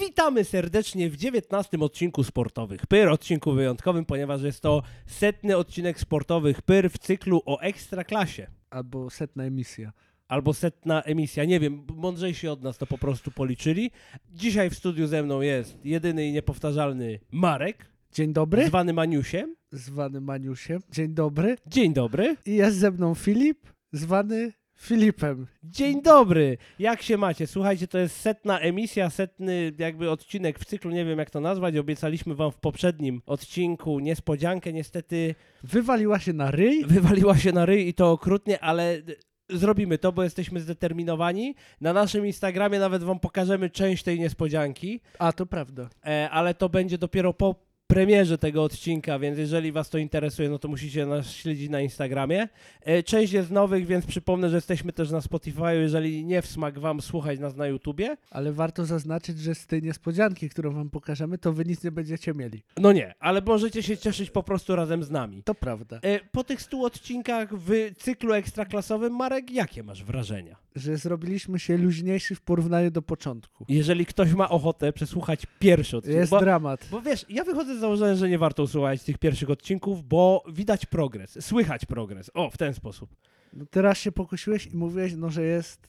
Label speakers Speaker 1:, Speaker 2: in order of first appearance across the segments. Speaker 1: Witamy serdecznie w 19 odcinku Sportowych Pyr, odcinku wyjątkowym, ponieważ jest to setny odcinek Sportowych Pyr w cyklu o Ekstraklasie.
Speaker 2: Albo setna emisja.
Speaker 1: Albo setna emisja, nie wiem, mądrzejsi od nas to po prostu policzyli. Dzisiaj w studiu ze mną jest jedyny i niepowtarzalny Marek,
Speaker 2: Dzień dobry,
Speaker 1: zwany Maniusiem.
Speaker 2: zwany Maniusiem. Dzień dobry.
Speaker 1: Dzień dobry.
Speaker 2: I jest ze mną Filip, zwany Filipem.
Speaker 1: Dzień dobry! Jak się macie? Słuchajcie, to jest setna emisja, setny jakby odcinek w cyklu, nie wiem jak to nazwać. Obiecaliśmy wam w poprzednim odcinku niespodziankę, niestety
Speaker 2: Wywaliła się na ryj.
Speaker 1: wywaliła się na ryj i to okrutnie, ale d- zrobimy to, bo jesteśmy zdeterminowani. Na naszym Instagramie nawet wam pokażemy część tej niespodzianki,
Speaker 2: A, to prawda.
Speaker 1: e, ale to będzie dopiero po premierze tego odcinka, więc jeżeli was to interesuje, no to musicie nas śledzić na Instagramie. E, Część jest nowych, więc przypomnę, że jesteśmy też na Spotify, jeżeli nie w smak wam słuchać nas na YouTubie.
Speaker 2: Ale warto zaznaczyć, że z tej niespodzianki, którą wam pokażemy, to wy nic nie będziecie mieli.
Speaker 1: No nie, ale możecie się cieszyć po prostu razem z nami.
Speaker 2: To prawda.
Speaker 1: E, Po tych 100 odcinkach w cyklu ekstraklasowym, Marek, jakie masz wrażenia?
Speaker 2: Że zrobiliśmy się luźniejsi w porównaniu do początku.
Speaker 1: jeżeli ktoś ma ochotę przesłuchać pierwszy odcinek.
Speaker 2: Jest
Speaker 1: bo,
Speaker 2: dramat.
Speaker 1: bo wiesz, ja wychodzę z założenia, że nie warto słuchać tych pierwszych odcinków, bo widać progres, słychać progres. O, w ten sposób.
Speaker 2: No teraz się pokusiłeś i mówiłeś, no, że jest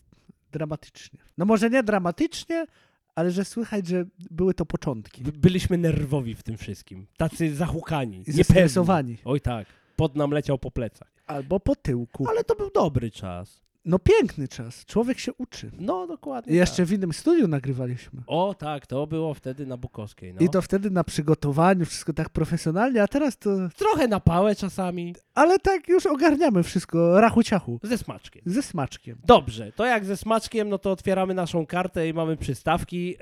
Speaker 2: dramatycznie. No może nie dramatycznie, ale że słychać, że były to początki.
Speaker 1: By- Byliśmy nerwowi w tym wszystkim. Tacy zahukani,
Speaker 2: I
Speaker 1: niepewni.
Speaker 2: zestresowani.
Speaker 1: Oj tak, pod nam leciał po plecach.
Speaker 2: Albo po tyłku.
Speaker 1: Ale to był dobry czas.
Speaker 2: No piękny czas. Człowiek się uczy.
Speaker 1: No, dokładnie
Speaker 2: I jeszcze
Speaker 1: tak.
Speaker 2: w innym studiu nagrywaliśmy.
Speaker 1: O tak, to było wtedy na Bukowskiej, no.
Speaker 2: I to wtedy na przygotowaniu, wszystko tak profesjonalnie, a teraz to...
Speaker 1: Trochę na pałę czasami,
Speaker 2: Ale tak już ogarniamy wszystko, rachu ciachu,
Speaker 1: ze smaczkiem.
Speaker 2: ze smaczkiem.
Speaker 1: Dobrze, to jak ze smaczkiem, no to otwieramy naszą kartę i mamy przystawki. Yy,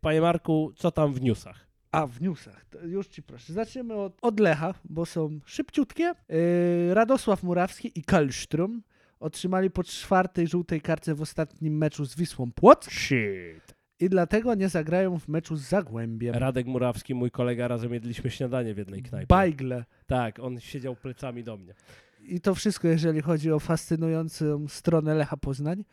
Speaker 1: panie Marku, co tam w newsach?
Speaker 2: A w newsach, to już ci proszę, zaczniemy od, od Lecha, bo są szybciutkie. Yy, Radosław Murawski i Kalsztrum otrzymali po czwartej żółtej kartce w ostatnim meczu z Wisłą Płock
Speaker 1: Shit.
Speaker 2: i dlatego nie zagrają w meczu z Zagłębiem.
Speaker 1: Radek Murawski, mój kolega, razem jedliśmy śniadanie w jednej knajpie.
Speaker 2: Bajgle.
Speaker 1: Tak, on siedział plecami do mnie.
Speaker 2: I to wszystko, jeżeli chodzi o fascynującą stronę Lecha Poznań.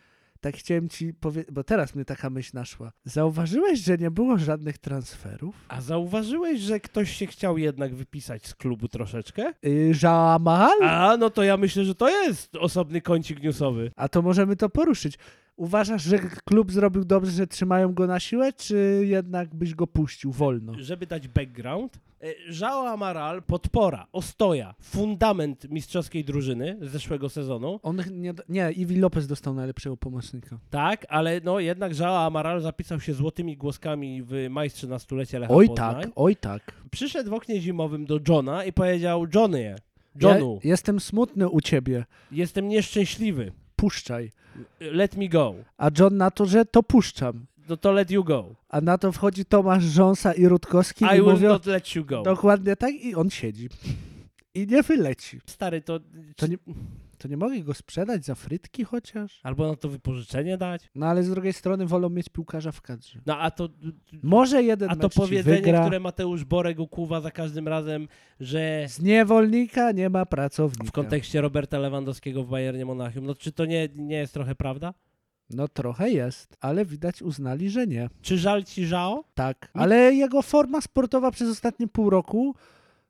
Speaker 2: Tak chciałem ci powiedzieć, bo teraz mnie taka myśl naszła. Zauważyłeś, że nie było żadnych transferów?
Speaker 1: A zauważyłeś, że ktoś się chciał jednak wypisać z klubu troszeczkę?
Speaker 2: Yy, Jamal? A...
Speaker 1: A, no to ja myślę, że to jest osobny kącik newsowy.
Speaker 2: to możemy to poruszyć. Uważasz, że klub zrobił dobrze, że trzymają go na siłę, czy jednak byś go puścił wolno?
Speaker 1: Żeby dać background, e, Joao Amaral, podpora, ostoja, fundament mistrzowskiej drużyny z zeszłego sezonu,
Speaker 2: On nie, nie, Iwi Lopez dostał najlepszego pomocnika.
Speaker 1: tak, ale no jednak Joao Amaral zapisał się złotymi głoskami w majstrze na stulecie Lecha
Speaker 2: Oj
Speaker 1: Poznań.
Speaker 2: tak, oj tak.
Speaker 1: Przyszedł w oknie zimowym do Johna i powiedział, Johnny,
Speaker 2: Ja
Speaker 1: Johnu,
Speaker 2: jestem smutny u ciebie,
Speaker 1: Jestem nieszczęśliwy.
Speaker 2: puszczaj.
Speaker 1: Let me go.
Speaker 2: A John na to, że to puszczam.
Speaker 1: No to let you go.
Speaker 2: A na to wchodzi Tomasz Rząsa i Rutkowski
Speaker 1: I
Speaker 2: i
Speaker 1: will
Speaker 2: mówią
Speaker 1: not let you go.
Speaker 2: dokładnie tak i on siedzi. I nie wyleci.
Speaker 1: Stary, to...
Speaker 2: To nie, to nie mogę go sprzedać za frytki chociaż?
Speaker 1: Albo na to wypożyczenie dać.
Speaker 2: No ale z drugiej strony wolą mieć piłkarza w kadrze.
Speaker 1: No a to,
Speaker 2: Może jeden
Speaker 1: a to
Speaker 2: mecz ci
Speaker 1: powiedzenie,
Speaker 2: wygra.
Speaker 1: które Mateusz Borek ukuwa za każdym razem, że
Speaker 2: Z niewolnika nie ma pracownika.
Speaker 1: w kontekście Roberta Lewandowskiego w Bayernie Monachium, no czy to nie, nie jest trochę prawda?
Speaker 2: No trochę jest, ale widać uznali, że nie.
Speaker 1: Czy żal ci żao?
Speaker 2: Tak, ale jego forma sportowa przez ostatnie pół roku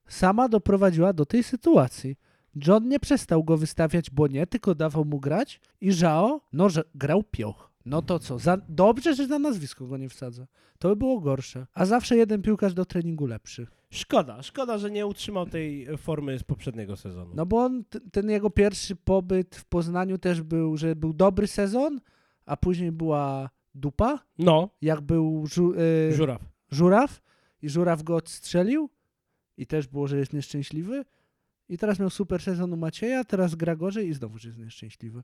Speaker 2: sama doprowadziła do tej sytuacji. John nie przestał go wystawiać, bo nie, tylko dawał mu grać i Żao, no, że grał pioch. No to co, za, dobrze, że na nazwisko go nie wsadza. To by było gorsze. A zawsze jeden piłkarz do treningu lepszy.
Speaker 1: Szkoda, szkoda, że nie utrzymał tej formy z poprzedniego sezonu.
Speaker 2: No bo on, t- ten jego pierwszy pobyt w Poznaniu też był, że był dobry sezon, a później była dupa,
Speaker 1: No,
Speaker 2: jak był żu, y,
Speaker 1: żuraw.
Speaker 2: żuraw i żuraw go odstrzelił i też było, że jest nieszczęśliwy i teraz miał super sezon u Macieja, teraz gra gorzej i znowu że jest nieszczęśliwy.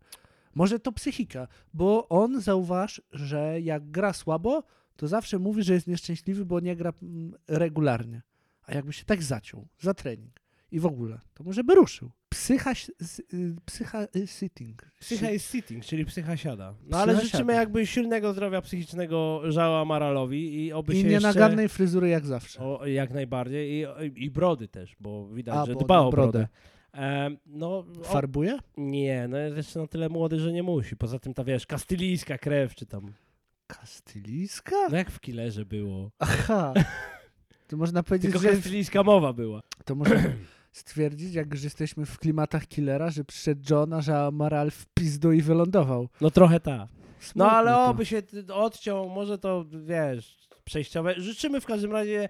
Speaker 2: Może to psychika, bo on zauważ, że jak gra słabo, to zawsze mówi, że jest nieszczęśliwy, bo nie gra mm, regularnie. A jakby się tak zaciął za trening i w ogóle, to może by ruszył. Psycha, s- y, psycha y, sitting.
Speaker 1: Psycha jest sitting, czyli psycha siada. No ale
Speaker 2: Psycha
Speaker 1: życzymy
Speaker 2: siada.
Speaker 1: jakby silnego zdrowia psychicznego Żała Maralowi i oby
Speaker 2: I
Speaker 1: się
Speaker 2: nienagannej fryzury jak zawsze.
Speaker 1: jeszcze... O, jak najbardziej. I, I brody też, bo widać,
Speaker 2: A,
Speaker 1: że
Speaker 2: bo
Speaker 1: dba
Speaker 2: na
Speaker 1: o brodę.
Speaker 2: brodę.
Speaker 1: Em, no, o,
Speaker 2: Farbuje?
Speaker 1: nie, no jest jeszcze na tyle młody, że nie musi. Poza tym ta, wiesz, kastylijska krew, czy tam
Speaker 2: Kastylijska?
Speaker 1: No jak w Killerze było.
Speaker 2: Aha. To można powiedzieć,
Speaker 1: Tylko
Speaker 2: że...
Speaker 1: kastylijska mowa była.
Speaker 2: To można stwierdzić, jak już jesteśmy w klimatach killera, że przyszedł Johna, że Amaral w pizdu i wylądował.
Speaker 1: No trochę ta.
Speaker 2: Smutne
Speaker 1: No ale
Speaker 2: to.
Speaker 1: oby się ty- odciął, może to, wiesz, przejściowe. Życzymy w każdym razie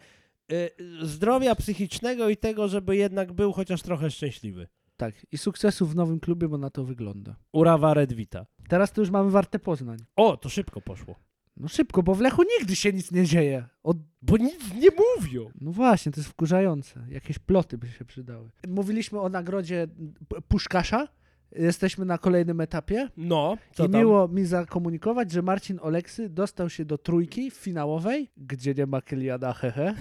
Speaker 1: y, zdrowia psychicznego i tego, żeby jednak był chociaż trochę szczęśliwy.
Speaker 2: Tak, i sukcesu w nowym klubie, bo na to wygląda.
Speaker 1: Urawa Redwita.
Speaker 2: Teraz to już mamy warte Poznań.
Speaker 1: O, to szybko poszło.
Speaker 2: No szybko, bo w Lechu nigdy się nic nie dzieje. Od...
Speaker 1: Bo nic nie mówią.
Speaker 2: No właśnie, to jest wkurzające. Jakieś ploty by się przydały. Mówiliśmy o nagrodzie P- Puszkasza. Jesteśmy na kolejnym etapie.
Speaker 1: No, co
Speaker 2: I
Speaker 1: tam?
Speaker 2: miło mi zakomunikować, że Marcin Oleksy dostał się do trójki finałowej, gdzie nie ma Kyliana Hehe.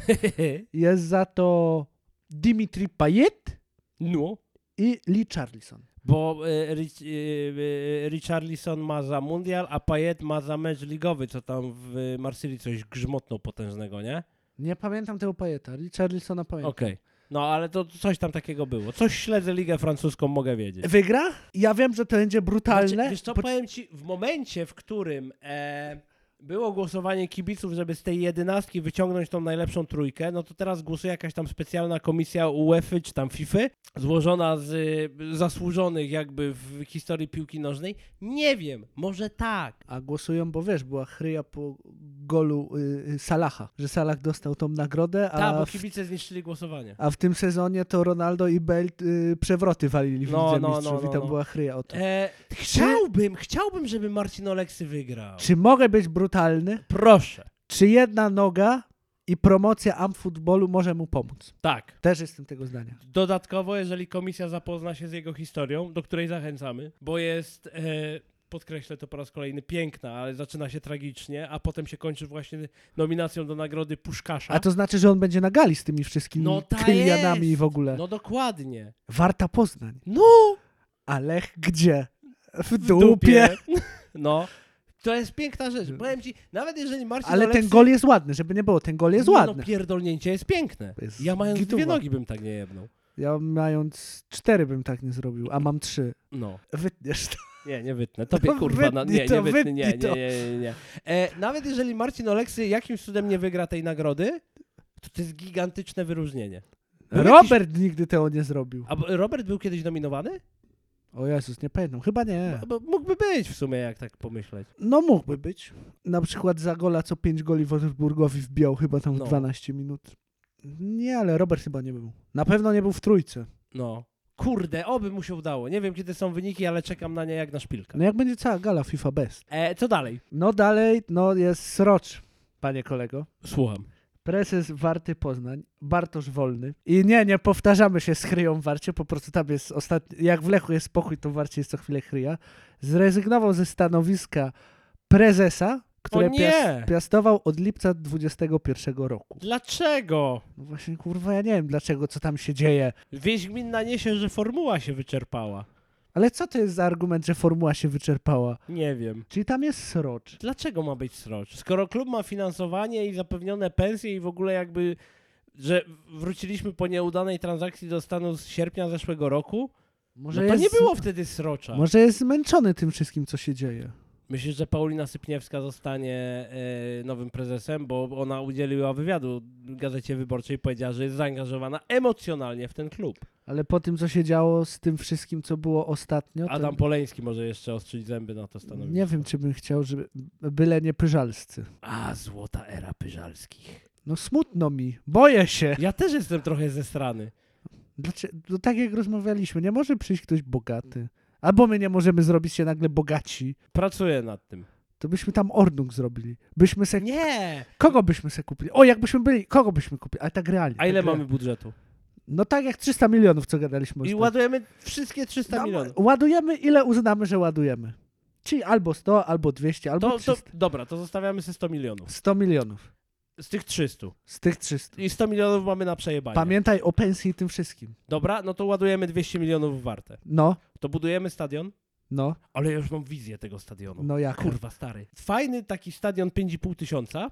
Speaker 2: Jest za to Dimitri Payet
Speaker 1: No,
Speaker 2: i Lee Charlison.
Speaker 1: bo y, Rich, y, y, Richarlison ma za mundial, a Payet ma za mecz ligowy, co tam w y, Marsylii coś grzmotną potężnego, nie?
Speaker 2: Nie pamiętam tego Payeta, Lee Charlisona pamiętam.
Speaker 1: Okej. No, ale to coś tam takiego było. Coś śledzę ligę francuską, mogę wiedzieć.
Speaker 2: Wygra? Ja wiem, że to będzie brutalne.
Speaker 1: Znaczy, wiesz co,
Speaker 2: bo-
Speaker 1: powiem ci, w momencie, w którym e, było głosowanie kibiców, żeby z tej jedenastki wyciągnąć tą najlepszą trójkę, no to teraz głosuje jakaś tam specjalna komisja UEFA czy tam FIFA, złożona z y, zasłużonych jakby w historii piłki nożnej. Nie wiem, może tak.
Speaker 2: A głosują, bo wiesz, była chryja po golu y, y, Salaha, że Salah dostał tą nagrodę, a,
Speaker 1: Tak, bo
Speaker 2: w,
Speaker 1: kibice zniszczyli głosowanie.
Speaker 2: a w tym sezonie to Ronaldo i Bale y, przewroty walili w
Speaker 1: No,
Speaker 2: Lidze
Speaker 1: no, no,
Speaker 2: Mistrzów
Speaker 1: no,
Speaker 2: i tam
Speaker 1: no.
Speaker 2: była chryja o to.
Speaker 1: E, chciałbym, chciałbym, żeby Marcin Oleksy wygrał.
Speaker 2: Czy mogę być brutalny?
Speaker 1: Proszę.
Speaker 2: Czy jedna noga i promocja amfutbolu może mu pomóc?
Speaker 1: Tak.
Speaker 2: Też jestem tego zdania.
Speaker 1: Dodatkowo, jeżeli komisja zapozna się z jego historią, do której zachęcamy, bo jest, e, podkreślę to po raz kolejny, piękna, ale zaczyna się tragicznie, a potem się kończy właśnie nominacją do nagrody Puszkasza.
Speaker 2: A to znaczy, że on będzie na gali z tymi wszystkimi
Speaker 1: No ta
Speaker 2: Kylianami i
Speaker 1: jest.
Speaker 2: w ogóle.
Speaker 1: No dokładnie.
Speaker 2: Warta Poznań.
Speaker 1: No!
Speaker 2: A Lech gdzie? W
Speaker 1: w
Speaker 2: dupie.
Speaker 1: No. To jest piękna rzecz. Powiem ci, nawet jeżeli Marcin
Speaker 2: Ale
Speaker 1: Oleksy...
Speaker 2: ten gol jest ładny, żeby nie było. Ten gol jest
Speaker 1: No Nie,
Speaker 2: ładny.
Speaker 1: No pierdolnięcie jest piękne.
Speaker 2: Jest
Speaker 1: ja mając
Speaker 2: gituwa.
Speaker 1: dwie nogi bym tak nie jednął.
Speaker 2: Ja mając cztery bym tak nie zrobił, a mam trzy.
Speaker 1: No.
Speaker 2: Wytniesz to.
Speaker 1: Nie, nie wytnę. Tobie
Speaker 2: No
Speaker 1: kurwa, na,
Speaker 2: wytnij
Speaker 1: nie,
Speaker 2: to,
Speaker 1: nie wytnę, nie, nie,
Speaker 2: wytnij
Speaker 1: nie,
Speaker 2: to.
Speaker 1: nie, nie, nie. E, nawet jeżeli Marcin Oleksy jakimś cudem nie wygra tej nagrody, to to jest gigantyczne wyróżnienie. Był
Speaker 2: Robert nigdy tego nie zrobił.
Speaker 1: A bo- Robert był kiedyś nominowany?
Speaker 2: O Jezus, nie pamiętam. Chyba nie.
Speaker 1: Bo mógłby być w sumie, jak tak pomyśleć.
Speaker 2: No mógłby być. Na przykład za gola co pięć goli Wolfsburgowi wbiał chyba tam w
Speaker 1: No.
Speaker 2: 12 minut. Nie, ale Robert chyba nie był. Na pewno nie był w trójce.
Speaker 1: No. Kurde, oby mu się udało. Nie wiem, kiedy są wyniki, ale czekam na nie jak na szpilkę.
Speaker 2: No jak będzie cała gala FIFA best.
Speaker 1: E, co dalej?
Speaker 2: No dalej, no jest Srocz, panie kolego.
Speaker 1: Słucham.
Speaker 2: Prezes Warty Poznań, Bartosz Wolny. I nie, nie powtarzamy się z chryją w Warcie, po prostu tam jest ostatni, jak w Lechu jest spokój, to w Warcie jest co chwilę chryja. Zrezygnował ze stanowiska prezesa, które
Speaker 1: nie!
Speaker 2: pias- piastował od lipca 21 roku.
Speaker 1: Dlaczego?
Speaker 2: No właśnie, kurwa, ja nie wiem dlaczego, co tam się dzieje.
Speaker 1: Wieś gminna niesie, że formuła się wyczerpała.
Speaker 2: Ale co to jest za argument, że formuła się wyczerpała?
Speaker 1: Nie wiem.
Speaker 2: Czyli tam jest srocz.
Speaker 1: Dlaczego ma być srocz? Skoro klub ma finansowanie i zapewnione pensje i w ogóle jakby, że wróciliśmy po nieudanej transakcji do stanu z sierpnia zeszłego roku,
Speaker 2: Może
Speaker 1: no to
Speaker 2: jest,
Speaker 1: nie było wtedy srocza.
Speaker 2: Może jest zmęczony tym wszystkim, co się dzieje.
Speaker 1: Myślisz, że Paulina Sypniewska zostanie e, nowym prezesem, bo ona udzieliła wywiadu Gazecie Wyborczej i powiedziała, że jest zaangażowana emocjonalnie w ten klub.
Speaker 2: Ale po tym, co się działo z tym wszystkim, co było ostatnio, No to
Speaker 1: Adam tak. Poleński może jeszcze ostrzyć zęby na to stanowisko.
Speaker 2: Nie wiem, czy bym chciał, żeby byle nie pyżalscy.
Speaker 1: A, złota era Pyżalskich.
Speaker 2: No smutno mi, boję się.
Speaker 1: Ja też jestem trochę zesrany.
Speaker 2: Dlaczego? No, tak jak rozmawialiśmy, nie może przyjść ktoś bogaty. Albo my nie możemy zrobić się nagle bogaci.
Speaker 1: Pracuję nad tym.
Speaker 2: To byśmy tam ordnung zrobili. Byśmy se...
Speaker 1: Nie!
Speaker 2: Kogo byśmy se kupili? O, jakbyśmy byli, kogo byśmy kupili? Ale tak realnie.
Speaker 1: A ile
Speaker 2: tak
Speaker 1: mamy
Speaker 2: realnie.
Speaker 1: budżetu?
Speaker 2: No tak jak 300 milionów, co gadaliśmy.
Speaker 1: I
Speaker 2: ostatnio.
Speaker 1: ładujemy wszystkie 300
Speaker 2: No,
Speaker 1: milionów.
Speaker 2: Ładujemy, ile uznamy, że ładujemy. Czyli albo 100, albo 200, albo
Speaker 1: To, to,
Speaker 2: 300.
Speaker 1: dobra, to zostawiamy sobie 100 milionów.
Speaker 2: 100 milionów
Speaker 1: Z tych 300.
Speaker 2: z tych 300.
Speaker 1: I 100 milionów mamy na przejebanie.
Speaker 2: Pamiętaj o pensji i tym wszystkim.
Speaker 1: dobra, no to ładujemy 200 milionów w warte.
Speaker 2: No,
Speaker 1: To budujemy stadion,
Speaker 2: no,
Speaker 1: ale ja już mam wizję tego stadionu.
Speaker 2: no jak?
Speaker 1: Kurwa, stary. Fajny taki stadion 5,5 tysiąca.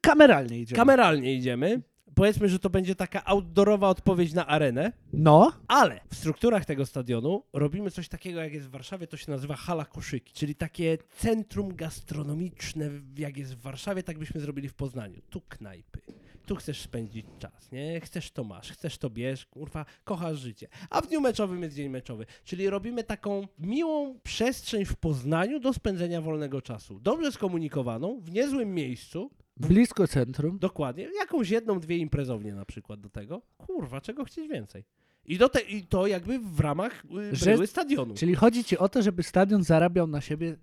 Speaker 2: kameralnie idziemy.
Speaker 1: Kameralnie idziemy. Powiedzmy, że to będzie taka outdoorowa odpowiedź na arenę,
Speaker 2: No,
Speaker 1: ale w strukturach tego stadionu robimy coś takiego, jak jest w Warszawie, to się nazywa hala koszyki, czyli takie centrum gastronomiczne, jak jest w Warszawie, tak byśmy zrobili w Poznaniu. Tu knajpy, tu chcesz spędzić czas, nie? Chcesz to masz, chcesz to bierz, kurwa, kochasz życie. A w dniu meczowym jest dzień meczowy, czyli robimy taką miłą przestrzeń w Poznaniu do spędzenia wolnego czasu. Dobrze skomunikowaną, w niezłym miejscu,
Speaker 2: blisko centrum.
Speaker 1: Dokładnie. Jakąś jedną, dwie imprezownie na przykład do tego. Kurwa, czego chcieć więcej? I, do te, i to jakby w ramach y,
Speaker 2: Że-
Speaker 1: bryły stadionu.
Speaker 2: Czyli chodzi ci o to, żeby stadion zarabiał na siebie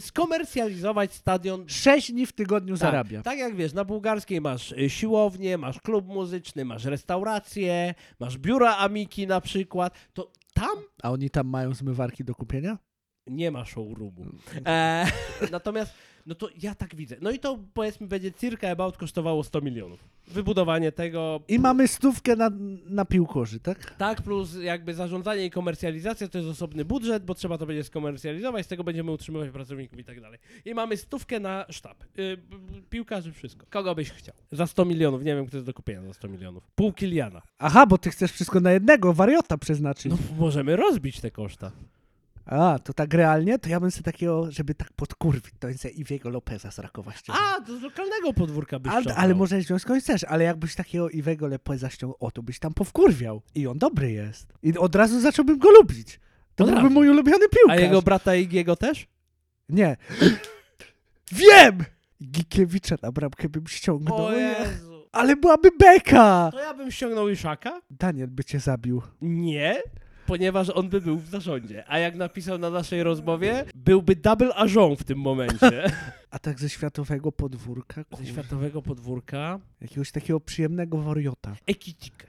Speaker 1: Skomercjalizować stadion.
Speaker 2: 6 dni w tygodniu zarabia.
Speaker 1: Tak, tak jak wiesz, na bułgarskiej masz y, siłownię, masz klub muzyczny, masz restaurację, masz biura Amiki na przykład. To tam
Speaker 2: A oni tam mają zmywarki do kupienia?
Speaker 1: nie ma showroomu. E, natomiast, no to ja tak widzę. No i to powiedzmy będzie circa about kosztowało 100 milionów. Wybudowanie tego.
Speaker 2: I mamy stówkę na, na piłkorzy, tak?
Speaker 1: Tak, plus jakby zarządzanie i komercjalizacja to jest osobny budżet, bo trzeba to będzie skomercjalizować, z tego będziemy utrzymywać pracowników i tak dalej. I mamy stówkę na sztab. Yy, b- b- piłkarzy, wszystko. Kogo byś chciał? Za 100 milionów, nie wiem, kto jest do kupienia za 100 milionów. Pół Kiliana.
Speaker 2: Aha, bo ty chcesz wszystko na jednego, wariota przeznaczyć.
Speaker 1: No możemy rozbić te koszta.
Speaker 2: A, to tak realnie? To ja bym sobie takiego, żeby tak podkurwić, to bym sobie Iwiego Lopeza zrakować.
Speaker 1: A, to z lokalnego podwórka byś no.
Speaker 2: Ale,
Speaker 1: ściągnął.
Speaker 2: ale może związku chcesz, ale jakbyś takiego Iwego Lopeza ściął, o, to byś tam powkurwiał. I on dobry jest. I od razu zacząłbym go lubić. To
Speaker 1: Od
Speaker 2: byłby
Speaker 1: razu.
Speaker 2: mój ulubiony piłkarz.
Speaker 1: A jego brata Igiego też?
Speaker 2: Nie. Wiem! Gikiewicza na bramkę bym ściągnął.
Speaker 1: O Jezu.
Speaker 2: Ale byłaby beka!
Speaker 1: No To ja bym ściągnął Iszaka?
Speaker 2: Daniel by cię zabił.
Speaker 1: Nie, ponieważ on by był w zarządzie. A jak napisał na naszej rozmowie, byłby double agent w tym momencie.
Speaker 2: A tak ze światowego podwórka?
Speaker 1: ze
Speaker 2: Kurwa.
Speaker 1: światowego podwórka
Speaker 2: Jakiegoś takiego przyjemnego wariota.
Speaker 1: Ekitikę.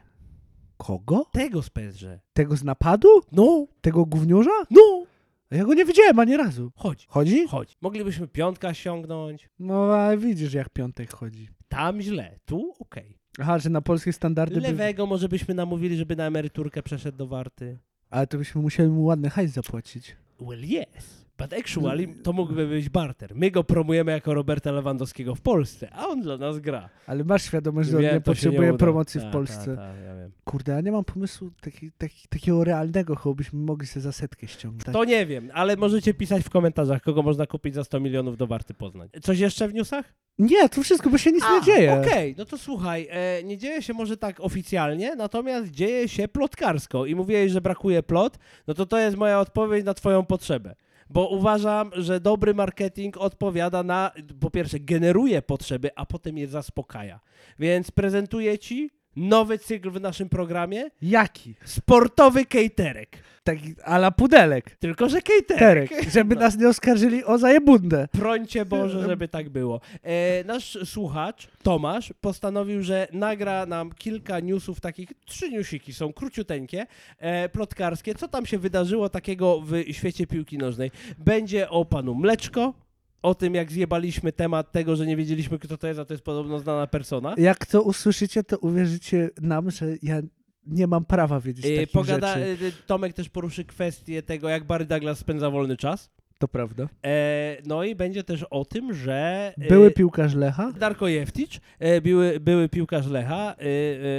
Speaker 2: Kogo?
Speaker 1: Tego spędzę.
Speaker 2: Tego z napadu?
Speaker 1: No,
Speaker 2: Tego gówniurza?
Speaker 1: no,
Speaker 2: Ja go nie widziałem ani razu.
Speaker 1: chodź,
Speaker 2: Chodzi?
Speaker 1: chodź. Moglibyśmy piątka sięgnąć.
Speaker 2: No, a widzisz jak piątek chodzi.
Speaker 1: Tam źle, tu okej.
Speaker 2: Aha, że na polskie standardy... By...
Speaker 1: Lewego może byśmy namówili, żeby na emeryturkę przeszedł do Warty.
Speaker 2: Ale to byśmy musieli mu ładny hajs zapłacić.
Speaker 1: Well, yes. But actually,
Speaker 2: No.
Speaker 1: to mógłby być barter. My go promujemy jako Roberta Lewandowskiego w Polsce, a on dla nas gra.
Speaker 2: Ale masz świadomość, że on
Speaker 1: Wiem,
Speaker 2: nie
Speaker 1: to się
Speaker 2: potrzebuje
Speaker 1: uda. Tak,
Speaker 2: promocji
Speaker 1: Ta,
Speaker 2: w Polsce.
Speaker 1: Ta, ta, ja wiem.
Speaker 2: Kurde, ja nie mam pomysłu taki, taki, takiego realnego, chyba byśmy mogli sobie za setkę ściągnąć.
Speaker 1: To nie wiem, ale możecie pisać w komentarzach, kogo można kupić za 100 milionów do Warty Poznań. Coś jeszcze w newsach?
Speaker 2: Nie, to wszystko, bo się nic
Speaker 1: A,
Speaker 2: nie dzieje.
Speaker 1: Okej, no to słuchaj, e, nie dzieje się może tak oficjalnie, natomiast dzieje się plotkarsko i mówiłeś, że brakuje plot, no to to jest moja odpowiedź na twoją potrzebę. Bo uważam, że dobry marketing odpowiada na, po pierwsze, generuje potrzeby, a potem je zaspokaja. Więc prezentuję ci nowy cykl w naszym programie,
Speaker 2: Jaki?
Speaker 1: sportowy caterek.
Speaker 2: Taki ala pudelek.
Speaker 1: Tylko, że caterek.
Speaker 2: Terek, żeby
Speaker 1: No.
Speaker 2: nas nie oskarżyli o zajebundę.
Speaker 1: Prońcie Boże, żeby tak było. E, nasz słuchacz, Tomasz, postanowił, że nagra nam kilka newsów takich, trzy newsiki są króciuteńkie, e, plotkarskie. Co tam się wydarzyło takiego w świecie piłki nożnej? Będzie o panu Mleczko, o tym jak zjebaliśmy temat tego, że nie wiedzieliśmy kto to jest, a to jest podobno znana persona.
Speaker 2: Jak to usłyszycie, to uwierzycie nam, że ja nie mam prawa wiedzieć
Speaker 1: E,
Speaker 2: takich
Speaker 1: pogada,
Speaker 2: rzeczy.
Speaker 1: e, Tomek też poruszy kwestię tego, jak Barry Douglas spędza wolny czas.
Speaker 2: To prawda.
Speaker 1: E, no i będzie też o tym, że... e,
Speaker 2: Były piłkarz Lecha?
Speaker 1: Darko Jeftić, e, były, były piłkarz Lecha, e,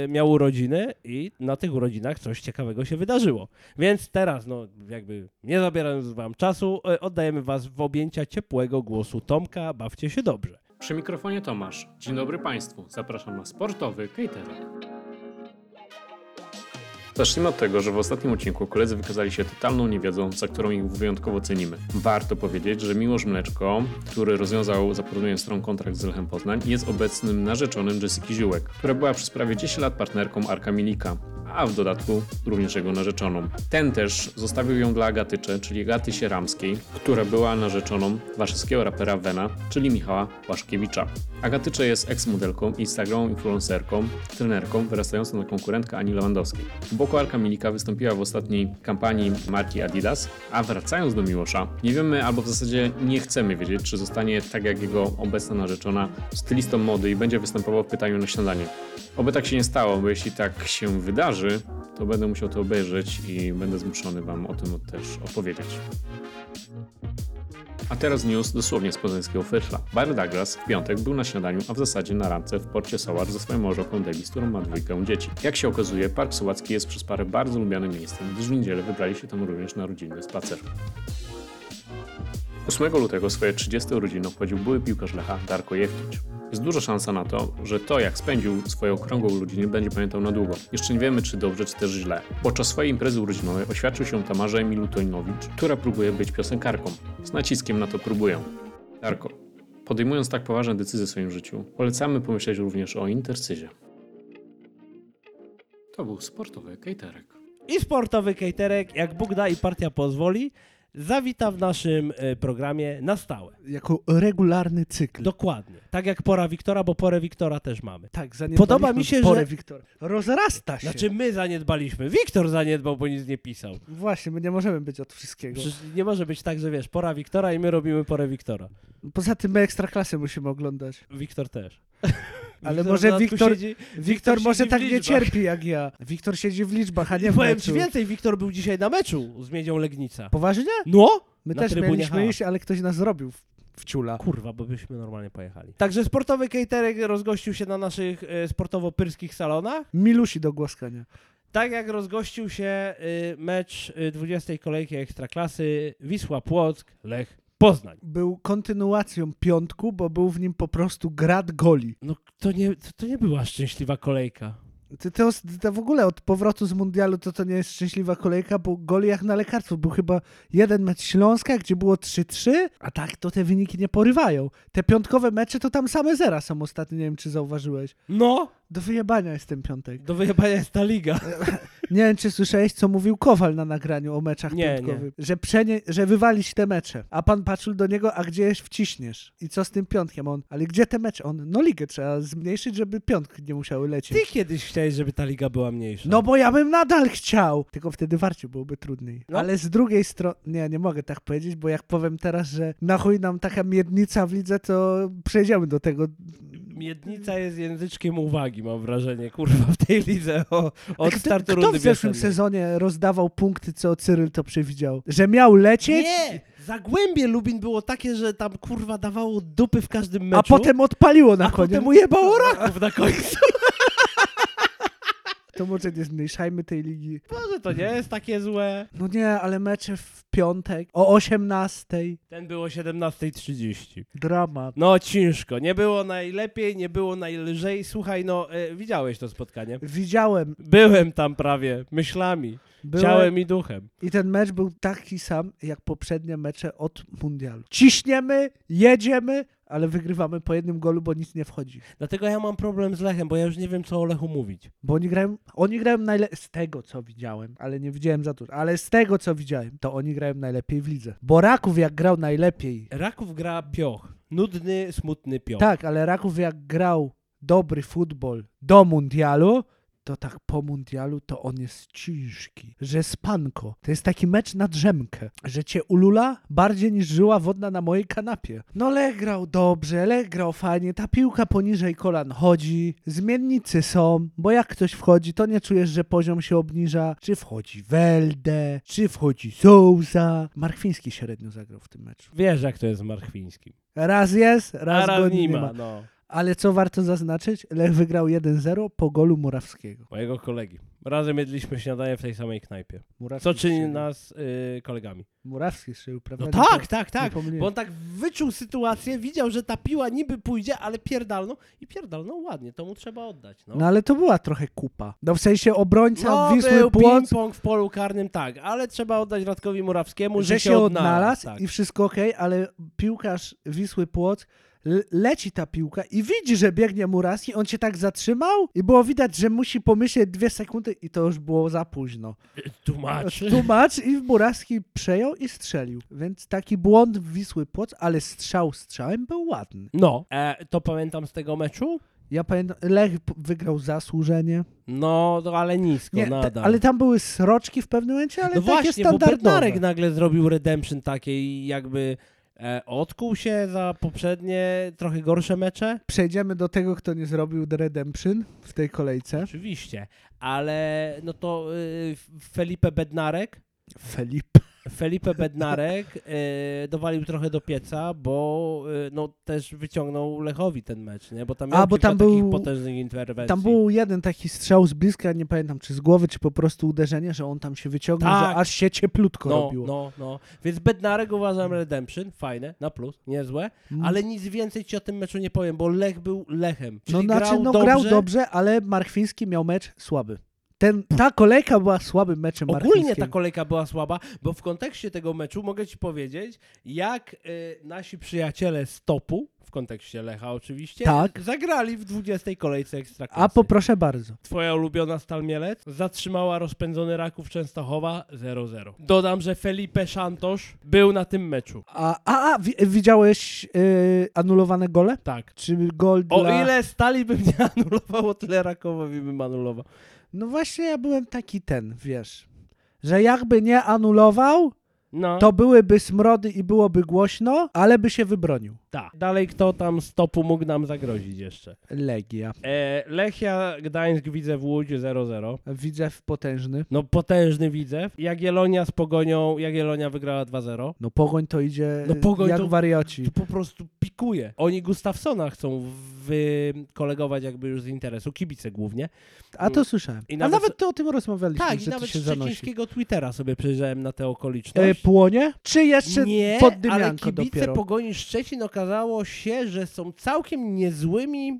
Speaker 1: e, miał urodziny i na tych urodzinach coś ciekawego się wydarzyło. Więc teraz, no jakby nie zabierając wam czasu, e, oddajemy was w objęcia ciepłego głosu Tomka. Bawcie się dobrze.
Speaker 3: Przy mikrofonie Tomasz. Dzień dobry Państwu. Zapraszam na sportowy catering. Zacznijmy od tego, że w ostatnim odcinku koledzy wykazali się totalną niewiedzą, za którą ich wyjątkowo cenimy. Warto powiedzieć, że Miłosz Mleczko, który rozwiązał za porozumieniem stron kontrakt z Lechem Poznań, jest obecnym narzeczonym Jessica Ziółek, która była przez prawie 10 lat partnerką Arka Milika, a w dodatku również jego narzeczoną. Ten też zostawił ją dla Agatycze, czyli Agaty Sieramskiej, która była narzeczoną warszawskiego rapera Wena, czyli Michała Łaszkiewicza. Agatycze jest eksmodelką, Instagram influencerką, trenerką wyrastającą na konkurentkę Ani Lewandowskiej. W boku Arka Milika wystąpiła w ostatniej kampanii marki Adidas, a wracając do Miłosza, nie wiemy albo w zasadzie nie chcemy wiedzieć, czy zostanie tak jak jego obecna narzeczona stylistą mody i będzie występował w pytaniu na śniadanie. Oby tak się nie stało, bo jeśli tak się wydarzy, to będę musiał to obejrzeć i będę zmuszony Wam o tym też opowiedzieć. A teraz news dosłownie z poznańskiego Fyrszla. Barry Douglas w piątek był na śniadaniu, a w zasadzie na randce w porcie Sołar ze swoją małżonką Debbie, z którą ma dwójkę dzieci. Jak się okazuje, Park Sołacki jest przez parę bardzo lubianym miejscem, gdyż w niedzielę wybrali się tam również na rodzinny spacer. 8 lutego swoje 30 urodziny obchodził były piłkarz Lecha Darko Jewkić. Jest duża szansa na to, że to jak spędził swoją okrągłą urodzinę będzie pamiętał na długo. Jeszcze nie wiemy czy dobrze, czy też źle. Podczas swojej imprezy urodzinowej oświadczył się Tamarze Emilu Toninowicz, która próbuje być piosenkarką. Z naciskiem na to próbuję. Darko, podejmując tak poważne decyzje w swoim życiu, polecamy pomyśleć również o intercyzie. To był sportowy caterek.
Speaker 1: I sportowy caterek, jak Bóg da i partia pozwoli, zawita w naszym e, programie na stałe.
Speaker 2: Jako regularny cykl.
Speaker 1: Dokładnie. Tak jak pora Wiktora, bo porę Wiktora też mamy.
Speaker 2: tak, zaniedbaliśmy
Speaker 1: Podoba mi się,
Speaker 2: porę
Speaker 1: że-
Speaker 2: Wiktor. Rozrasta się.
Speaker 1: Znaczy my zaniedbaliśmy. Wiktor zaniedbał, bo nic nie pisał.
Speaker 2: Właśnie, my nie możemy być od wszystkiego.
Speaker 1: Przecież nie może być tak, że wiesz, pora Wiktora i my robimy porę Wiktora.
Speaker 2: Poza tym my Ekstraklasę musimy oglądać.
Speaker 1: Wiktor też.
Speaker 2: Ale
Speaker 1: Wiktor
Speaker 2: może
Speaker 1: w dodatku
Speaker 2: Wiktor-
Speaker 1: siedzi-
Speaker 2: Wiktor,
Speaker 1: siedzi
Speaker 2: może
Speaker 1: w
Speaker 2: tak nie
Speaker 1: liczbach.
Speaker 2: cierpi jak ja. Wiktor siedzi w liczbach, a nie w
Speaker 1: Powiem
Speaker 2: meczu.
Speaker 1: ci więcej, Wiktor był dzisiaj na meczu z Miedzią Legnica.
Speaker 2: Poważnie?
Speaker 1: No?
Speaker 2: My
Speaker 1: Na
Speaker 2: też
Speaker 1: trybunie
Speaker 2: mieliśmy
Speaker 1: H.
Speaker 2: iść, ale ktoś nas zrobił w, w ciula.
Speaker 1: Kurwa, bo byśmy normalnie pojechali. Także sportowy caterek rozgościł się na naszych e, sportowo-pyrskich salonach.
Speaker 2: Milusi do głaskania.
Speaker 1: Tak jak rozgościł się y, mecz y, 20 kolejki Ekstraklasy Wisła Płock, Lech Poznań.
Speaker 2: Był kontynuacją piątku, bo był w nim po prostu grad goli.
Speaker 1: No to nie, to, to nie była szczęśliwa kolejka.
Speaker 2: Ty, ty, os- ty w ogóle od powrotu z mundialu to to nie jest szczęśliwa kolejka, bo goli jak na lekarstwo. Był chyba jeden mecz Śląska, gdzie było 3-3, a tak to te wyniki nie porywają. Te piątkowe mecze to tam same zera są ostatnio, nie wiem czy zauważyłeś.
Speaker 1: No,
Speaker 2: Do wyjebania jest ten piątek.
Speaker 1: do wyjebania jest ta liga.
Speaker 2: Nie wiem, czy słyszałeś, co mówił Kowal na nagraniu o meczach
Speaker 1: Nie,
Speaker 2: piątkowych. Że, przenie, że wywalić te mecze. A pan patrzył do niego, a gdzie jesz wciśniesz? I co z tym piątkiem? On, ale gdzie te mecze? On, no ligę trzeba zmniejszyć, żeby piątki nie musiały lecieć.
Speaker 1: Ty kiedyś chciałeś, żeby ta liga była mniejsza.
Speaker 2: No bo ja bym nadal chciał. Tylko wtedy warcie byłoby trudniej.
Speaker 1: No.
Speaker 2: Ale z drugiej strony, nie, nie mogę tak powiedzieć, bo jak powiem teraz, że na chuj nam taka miednica w lidze, to przejdziemy do tego.
Speaker 1: Miednica jest języczkiem uwagi, mam wrażenie, kurwa, w tej lidze o, od
Speaker 2: Kto-
Speaker 1: startu
Speaker 2: Kto
Speaker 1: rundy
Speaker 2: w zeszłym
Speaker 1: wiosennej.
Speaker 2: sezonie rozdawał punkty, co Cyryl to przewidział? Że miał lecieć?
Speaker 1: Nie! Zagłębie Lubin było takie, że tam kurwa dawało dupy w każdym meczu.
Speaker 2: A potem odpaliło na
Speaker 1: a
Speaker 2: koniec. No.
Speaker 1: potem ujebało raków na końcu.
Speaker 2: To może nie zmniejszajmy tej ligi.
Speaker 1: Może to nie jest takie złe.
Speaker 2: No nie, ale mecze w piątek o 18.00.
Speaker 1: Ten było 17.30.
Speaker 2: Dramat.
Speaker 1: No ciężko, nie było najlepiej, nie było najlżej. Słuchaj, no e, widziałeś to spotkanie.
Speaker 2: Widziałem.
Speaker 1: Byłem tam prawie, myślami,
Speaker 2: Byłem
Speaker 1: ciałem i duchem.
Speaker 2: I ten mecz był taki sam jak poprzednie mecze od mundialu. Ciśniemy, jedziemy, ale wygrywamy po jednym golu, bo nic nie wchodzi.
Speaker 1: Dlatego ja mam problem z Lechem, bo ja już nie wiem, co o Lechu mówić.
Speaker 2: Bo oni grają, oni grają najlepiej, z tego co widziałem, ale nie widziałem za dużo, ale z tego co widziałem, to oni grają najlepiej w lidze. Bo Raków jak grał najlepiej,
Speaker 1: Raków gra pioch. Nudny, smutny pioch.
Speaker 2: tak, ale Raków jak grał dobry futbol do mundialu, to tak po mundialu to on jest ciężki, że spanko. To jest taki mecz na drzemkę, że cię ulula bardziej niż żyła wodna na mojej kanapie. No Lech grał dobrze, Lech grał fajnie, ta piłka poniżej kolan chodzi, zmiennicy są, bo jak ktoś wchodzi, to nie czujesz, że poziom się obniża. Czy wchodzi Welde, czy wchodzi Souza. Markwiński średnio zagrał w tym meczu.
Speaker 1: Wiesz, jak to jest z Marchwińskim.
Speaker 2: Raz jest, raz
Speaker 1: Ara
Speaker 2: go
Speaker 1: nie ma,
Speaker 2: ma.
Speaker 1: no.
Speaker 2: Ale co warto zaznaczyć, Lech wygrał 1-0 po golu Murawskiego.
Speaker 1: Mojego kolegi. Razem jedliśmy śniadanie w tej samej knajpie.
Speaker 2: Murawski
Speaker 1: Co czyni
Speaker 2: strzelił.
Speaker 1: nas y, kolegami.
Speaker 2: Murawski strzelił, prawda?
Speaker 1: No
Speaker 2: no. Nie
Speaker 1: tak,
Speaker 2: po-
Speaker 1: tak,
Speaker 2: nie
Speaker 1: tak.
Speaker 2: pomyliłem.
Speaker 1: Bo on tak wyczuł sytuację, widział, że ta piła niby pójdzie, ale pierdalną i pierdalną ładnie, to mu trzeba oddać. No,
Speaker 2: No ale to była trochę kupa. No w sensie obrońca
Speaker 1: no
Speaker 2: Wisły
Speaker 1: był
Speaker 2: Płoc,
Speaker 1: ping-pong w polu karnym, tak, ale trzeba oddać Radkowi Murawskiemu,
Speaker 2: że,
Speaker 1: że,
Speaker 2: się odnalazł
Speaker 1: tak.
Speaker 2: i wszystko okej, ale piłkarz Wisły Płoc le- leci ta piłka i widzi, że biegnie Murawski, on się tak zatrzymał i było widać, że musi pomyśleć dwie sekundy i to już było za późno.
Speaker 1: Tak, Tłumaczy.
Speaker 2: Tłumacz i Murawski przejął i strzelił. Więc taki błąd w Wisły Płoc, ale strzał strzałem był ładny.
Speaker 1: No, e, to pamiętam z tego meczu?
Speaker 2: Ja pamiętam, Lech p- wygrał zasłużenie.
Speaker 1: No, no ale nisko,
Speaker 2: Nie,
Speaker 1: nadal.
Speaker 2: te, ale tam były sroczki w pewnym momencie, ale
Speaker 1: no
Speaker 2: takie
Speaker 1: właśnie, bo
Speaker 2: standardowe.
Speaker 1: Bednarek nagle zrobił redemption takiej jakby e, odkuł się za poprzednie, trochę gorsze mecze.
Speaker 2: Przejdziemy do tego, kto nie zrobił The Redemption w tej kolejce.
Speaker 1: Oczywiście, ale no to y, Felipe Bednarek
Speaker 2: Felipe.
Speaker 1: Felipe Bednarek e, dowalił trochę do pieca, bo e, no, też wyciągnął Lechowi ten mecz, nie? Bo tam
Speaker 2: A,
Speaker 1: miał
Speaker 2: bo
Speaker 1: kilka
Speaker 2: tam
Speaker 1: takich
Speaker 2: był-
Speaker 1: potężnych interwencji.
Speaker 2: Tam był jeden taki strzał z bliska, nie pamiętam czy z głowy, czy po prostu uderzenie, że on tam się wyciągnął,
Speaker 1: Tak.
Speaker 2: że aż się cieplutko
Speaker 1: no,
Speaker 2: robiło.
Speaker 1: no, no. Więc Bednarek uważam Redemption, fajne, na plus, niezłe,
Speaker 2: Mm.
Speaker 1: ale nic więcej ci o tym meczu nie powiem, bo Lech był Lechem.
Speaker 2: no
Speaker 1: Czyli
Speaker 2: znaczy,
Speaker 1: grał,
Speaker 2: no
Speaker 1: dobrze,
Speaker 2: grał dobrze, ale Marchwiński miał mecz słaby. Ten, ta kolejka była słabym meczem
Speaker 1: Ogólnie ta
Speaker 2: Marchwińskiego.
Speaker 1: kolejka była słaba, bo w kontekście tego meczu mogę ci powiedzieć, jak y, nasi przyjaciele z topu, w kontekście Lecha oczywiście,
Speaker 2: Tak.
Speaker 1: zagrali w 20 kolejce Ekstraklasy.
Speaker 2: A poproszę bardzo.
Speaker 1: Twoja ulubiona Stal Mielec zatrzymała rozpędzony Raków Częstochowa 0-0. Dodam, że Felipe Santos był na tym meczu.
Speaker 2: A, a, a wi- widziałeś yy, anulowane gole?
Speaker 1: Tak.
Speaker 2: Czy gol
Speaker 1: O
Speaker 2: dla...
Speaker 1: ile Stali bym nie anulował, o tyle Rakowowi bym anulował.
Speaker 2: No właśnie ja byłem taki ten, wiesz, że jakby nie anulował,
Speaker 1: No,
Speaker 2: to byłyby smrody i byłoby głośno, ale by się wybronił.
Speaker 1: tak. Dalej kto tam z topu mógł nam zagrozić jeszcze?
Speaker 2: Legia.
Speaker 1: E, Lechia Gdańsk widzę w Łódź 0-0.
Speaker 2: Widzew potężny.
Speaker 1: No potężny widzew. Jagielonia z Pogonią, Jagielonia wygrała 2-0.
Speaker 2: No pogoń to idzie
Speaker 1: No Pogoń
Speaker 2: jak
Speaker 1: to-
Speaker 2: warioci.
Speaker 1: To po prostu pikuje. Oni Gustafsona chcą wykolegować jakby już z interesu, kibice głównie.
Speaker 2: A to słyszałem.
Speaker 1: Mm. I
Speaker 2: A
Speaker 1: nawet-
Speaker 2: nawet ty o tym rozmawialiśmy,
Speaker 1: Tak, i
Speaker 2: że ty
Speaker 1: nawet
Speaker 2: się
Speaker 1: z
Speaker 2: zanosi.
Speaker 1: szczecińskiego Twittera sobie przejrzałem na te
Speaker 2: E,
Speaker 1: okoliczności.
Speaker 2: płonie? Czy jeszcze
Speaker 1: nie,
Speaker 2: pod
Speaker 1: ale
Speaker 2: dymianko
Speaker 1: kibice
Speaker 2: dopiero?
Speaker 1: Pogoni Szczecin okazało się, że są całkiem niezłymi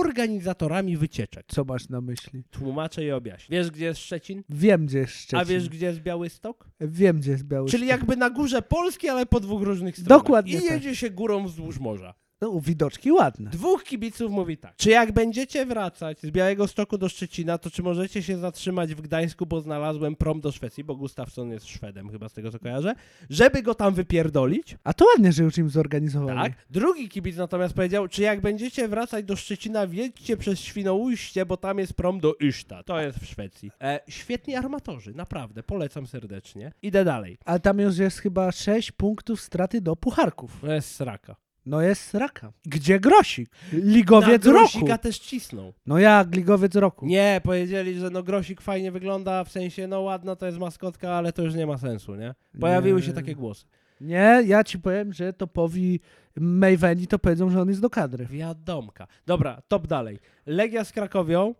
Speaker 1: organizatorami wycieczek.
Speaker 2: Co masz na myśli?
Speaker 1: Tłumaczę i objaśnię. Wiesz, gdzie jest Szczecin?
Speaker 2: Wiem, gdzie jest Szczecin.
Speaker 1: A wiesz, gdzie jest Białystok?
Speaker 2: Wiem, gdzie jest Biały
Speaker 1: Czyli
Speaker 2: Szczyt.
Speaker 1: jakby na górze Polski, ale po dwóch różnych stronach.
Speaker 2: Dokładnie
Speaker 1: I
Speaker 2: tak.
Speaker 1: jedzie się górą wzdłuż morza.
Speaker 2: No, widoczki ładne.
Speaker 1: Dwóch kibiców mówi tak. Czy jak będziecie wracać z Białego Stoku do Szczecina, to czy możecie się zatrzymać w Gdańsku, bo znalazłem prom do Szwecji, bo Gustafsson jest Szwedem, chyba z tego co kojarzę, żeby go tam wypierdolić?
Speaker 2: A to ładnie, że już im zorganizowali.
Speaker 1: Tak. Drugi kibic natomiast powiedział, czy jak będziecie wracać do Szczecina, wjedźcie przez Świnoujście, bo tam jest prom do Iszta. To jest w Szwecji. E, świetni armatorzy, naprawdę, polecam serdecznie. Idę dalej.
Speaker 2: Ale tam już jest chyba 6 punktów straty do pucharków.
Speaker 1: To jest sraka.
Speaker 2: No jest raka. Gdzie Grosik? Ligowiec
Speaker 1: Na
Speaker 2: roku.
Speaker 1: Grosika też cisnął.
Speaker 2: No jak Ligowiec roku?
Speaker 1: Nie, powiedzieli, że no Grosik fajnie wygląda, w sensie no ładna to jest maskotka, ale to już nie ma sensu, nie? Pojawiły
Speaker 2: Nie.
Speaker 1: się takie głosy.
Speaker 2: Nie, ja ci powiem, że topowi Mayweni to powiedzą, że on jest do kadry.
Speaker 1: Wiadomka. Dobra, top dalej. Legia z Krakowią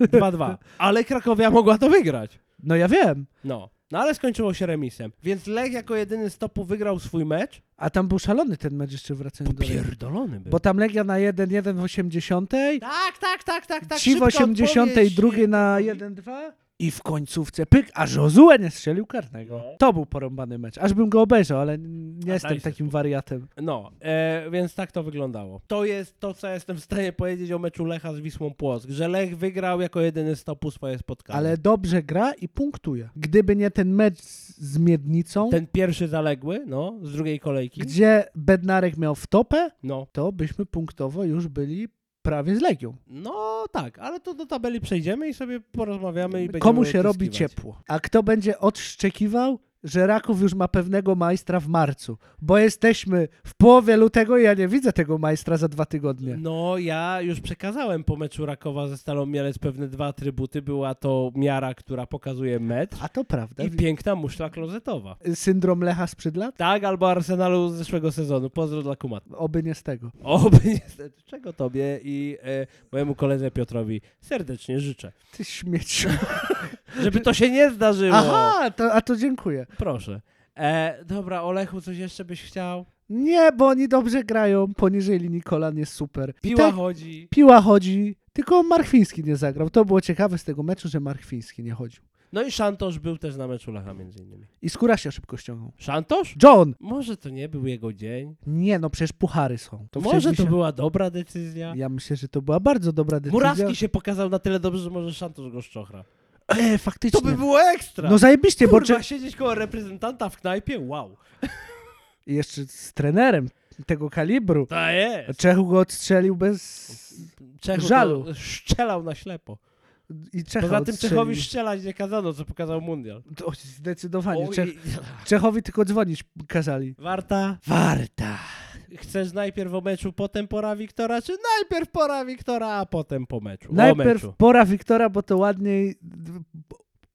Speaker 1: 2-2. Ale Krakowia mogła to wygrać.
Speaker 2: No ja wiem.
Speaker 1: No. No ale skończyło się remisem. Więc Lech jako jedyny z topu wygrał swój mecz.
Speaker 2: A tam był szalony ten mecz jeszcze wracając do Legii.
Speaker 1: Pierdolony był.
Speaker 2: Bo tam Legia na 1-1 w 80.
Speaker 1: Tak, tak, tak, tak, tak.
Speaker 2: Ci w
Speaker 1: szybka
Speaker 2: 82
Speaker 1: odpowiedź.
Speaker 2: na 1-2. I w końcówce pyk, a Jozue nie strzelił karnego.
Speaker 1: No.
Speaker 2: To był porąbany mecz. Aż bym go obejrzał, ale nie
Speaker 1: A
Speaker 2: jestem
Speaker 1: daj się
Speaker 2: takim wariatem.
Speaker 1: No, e, więc tak to wyglądało. To jest to, co ja jestem w stanie powiedzieć o meczu Lecha z Wisłą Płock, że Lech wygrał jako jedyny z topu swoje spotkanie.
Speaker 2: Ale dobrze gra i punktuje. Gdyby nie ten mecz z z Miednicą,
Speaker 1: ten pierwszy zaległy, no, z drugiej kolejki,
Speaker 2: gdzie Bednarek miał wtopę,
Speaker 1: no,
Speaker 2: to byśmy punktowo już byli prawie z Legią.
Speaker 1: no tak, ale to do tabeli przejdziemy i sobie porozmawiamy i będziemy
Speaker 2: Komu się robi
Speaker 1: odzyskiwać.
Speaker 2: ciepło? A kto będzie odszczekiwał, że Raków już ma pewnego majstra w marcu? Bo jesteśmy w połowie lutego i ja nie widzę tego majstra za dwa tygodnie.
Speaker 1: No, ja już przekazałem po meczu Rakowa ze Stalą Mielec pewne dwa atrybuty. Była to miara, która pokazuje metr
Speaker 2: A to prawda.
Speaker 1: i piękna muszla klozetowa.
Speaker 2: Syndrom Lecha sprzed lat?
Speaker 1: Tak, albo Arsenalu z zeszłego sezonu. Pozdro dla Kumata.
Speaker 2: Oby nie z tego.
Speaker 1: Oby niestety, czego tobie i e, mojemu koledze Piotrowi serdecznie życzę.
Speaker 2: Ty śmieciu.
Speaker 1: Żeby to się nie zdarzyło.
Speaker 2: Aha, to, a to dziękuję.
Speaker 1: Proszę. E, dobra, Olechu, coś jeszcze byś chciał?
Speaker 2: Nie, bo oni dobrze grają. Poniżej linii kolan jest super. I
Speaker 1: Piła
Speaker 2: tak,
Speaker 1: chodzi.
Speaker 2: piła chodzi, tylko Marchwiński nie zagrał. To było ciekawe z tego meczu, że Marchwiński nie chodził.
Speaker 1: No i Szantosz był też na meczu Lecha między innymi.
Speaker 2: I skóra się szybko ściągnął.
Speaker 1: Szantosz?
Speaker 2: John!
Speaker 1: Może to nie był jego dzień.
Speaker 2: Nie, no przecież puchary są. przecież
Speaker 1: może
Speaker 2: mi
Speaker 1: to
Speaker 2: się...
Speaker 1: była dobra decyzja.
Speaker 2: Ja myślę, że to była bardzo dobra decyzja.
Speaker 1: Muraski się pokazał na tyle dobrze, że może Szantosz go szczochra.
Speaker 2: E, faktycznie.
Speaker 1: To by było ekstra.
Speaker 2: No zajebiście,
Speaker 1: Kurwa,
Speaker 2: bo... Czy...
Speaker 1: siedzieć koło reprezentanta w knajpie? Wow.
Speaker 2: I Jeszcze z trenerem tego kalibru.
Speaker 1: To jest.
Speaker 2: Czechu go odstrzelił bez...
Speaker 1: Czechu
Speaker 2: Żalu.
Speaker 1: to szczelał na ślepo.
Speaker 2: I Czecha
Speaker 1: Poza tym
Speaker 2: odstrzelił.
Speaker 1: Czechowi strzelać nie kazano, co pokazał mundial.
Speaker 2: O, Zdecydowanie.
Speaker 1: Oj,
Speaker 2: Czech... Czechowi tylko dzwonić kazali.
Speaker 1: Warta,
Speaker 2: Warta.
Speaker 1: chcesz najpierw o meczu, potem pora Wiktora, czy najpierw pora Wiktora, a potem po meczu? o
Speaker 2: Najpierw
Speaker 1: meczu.
Speaker 2: pora Wiktora, bo to ładniej w-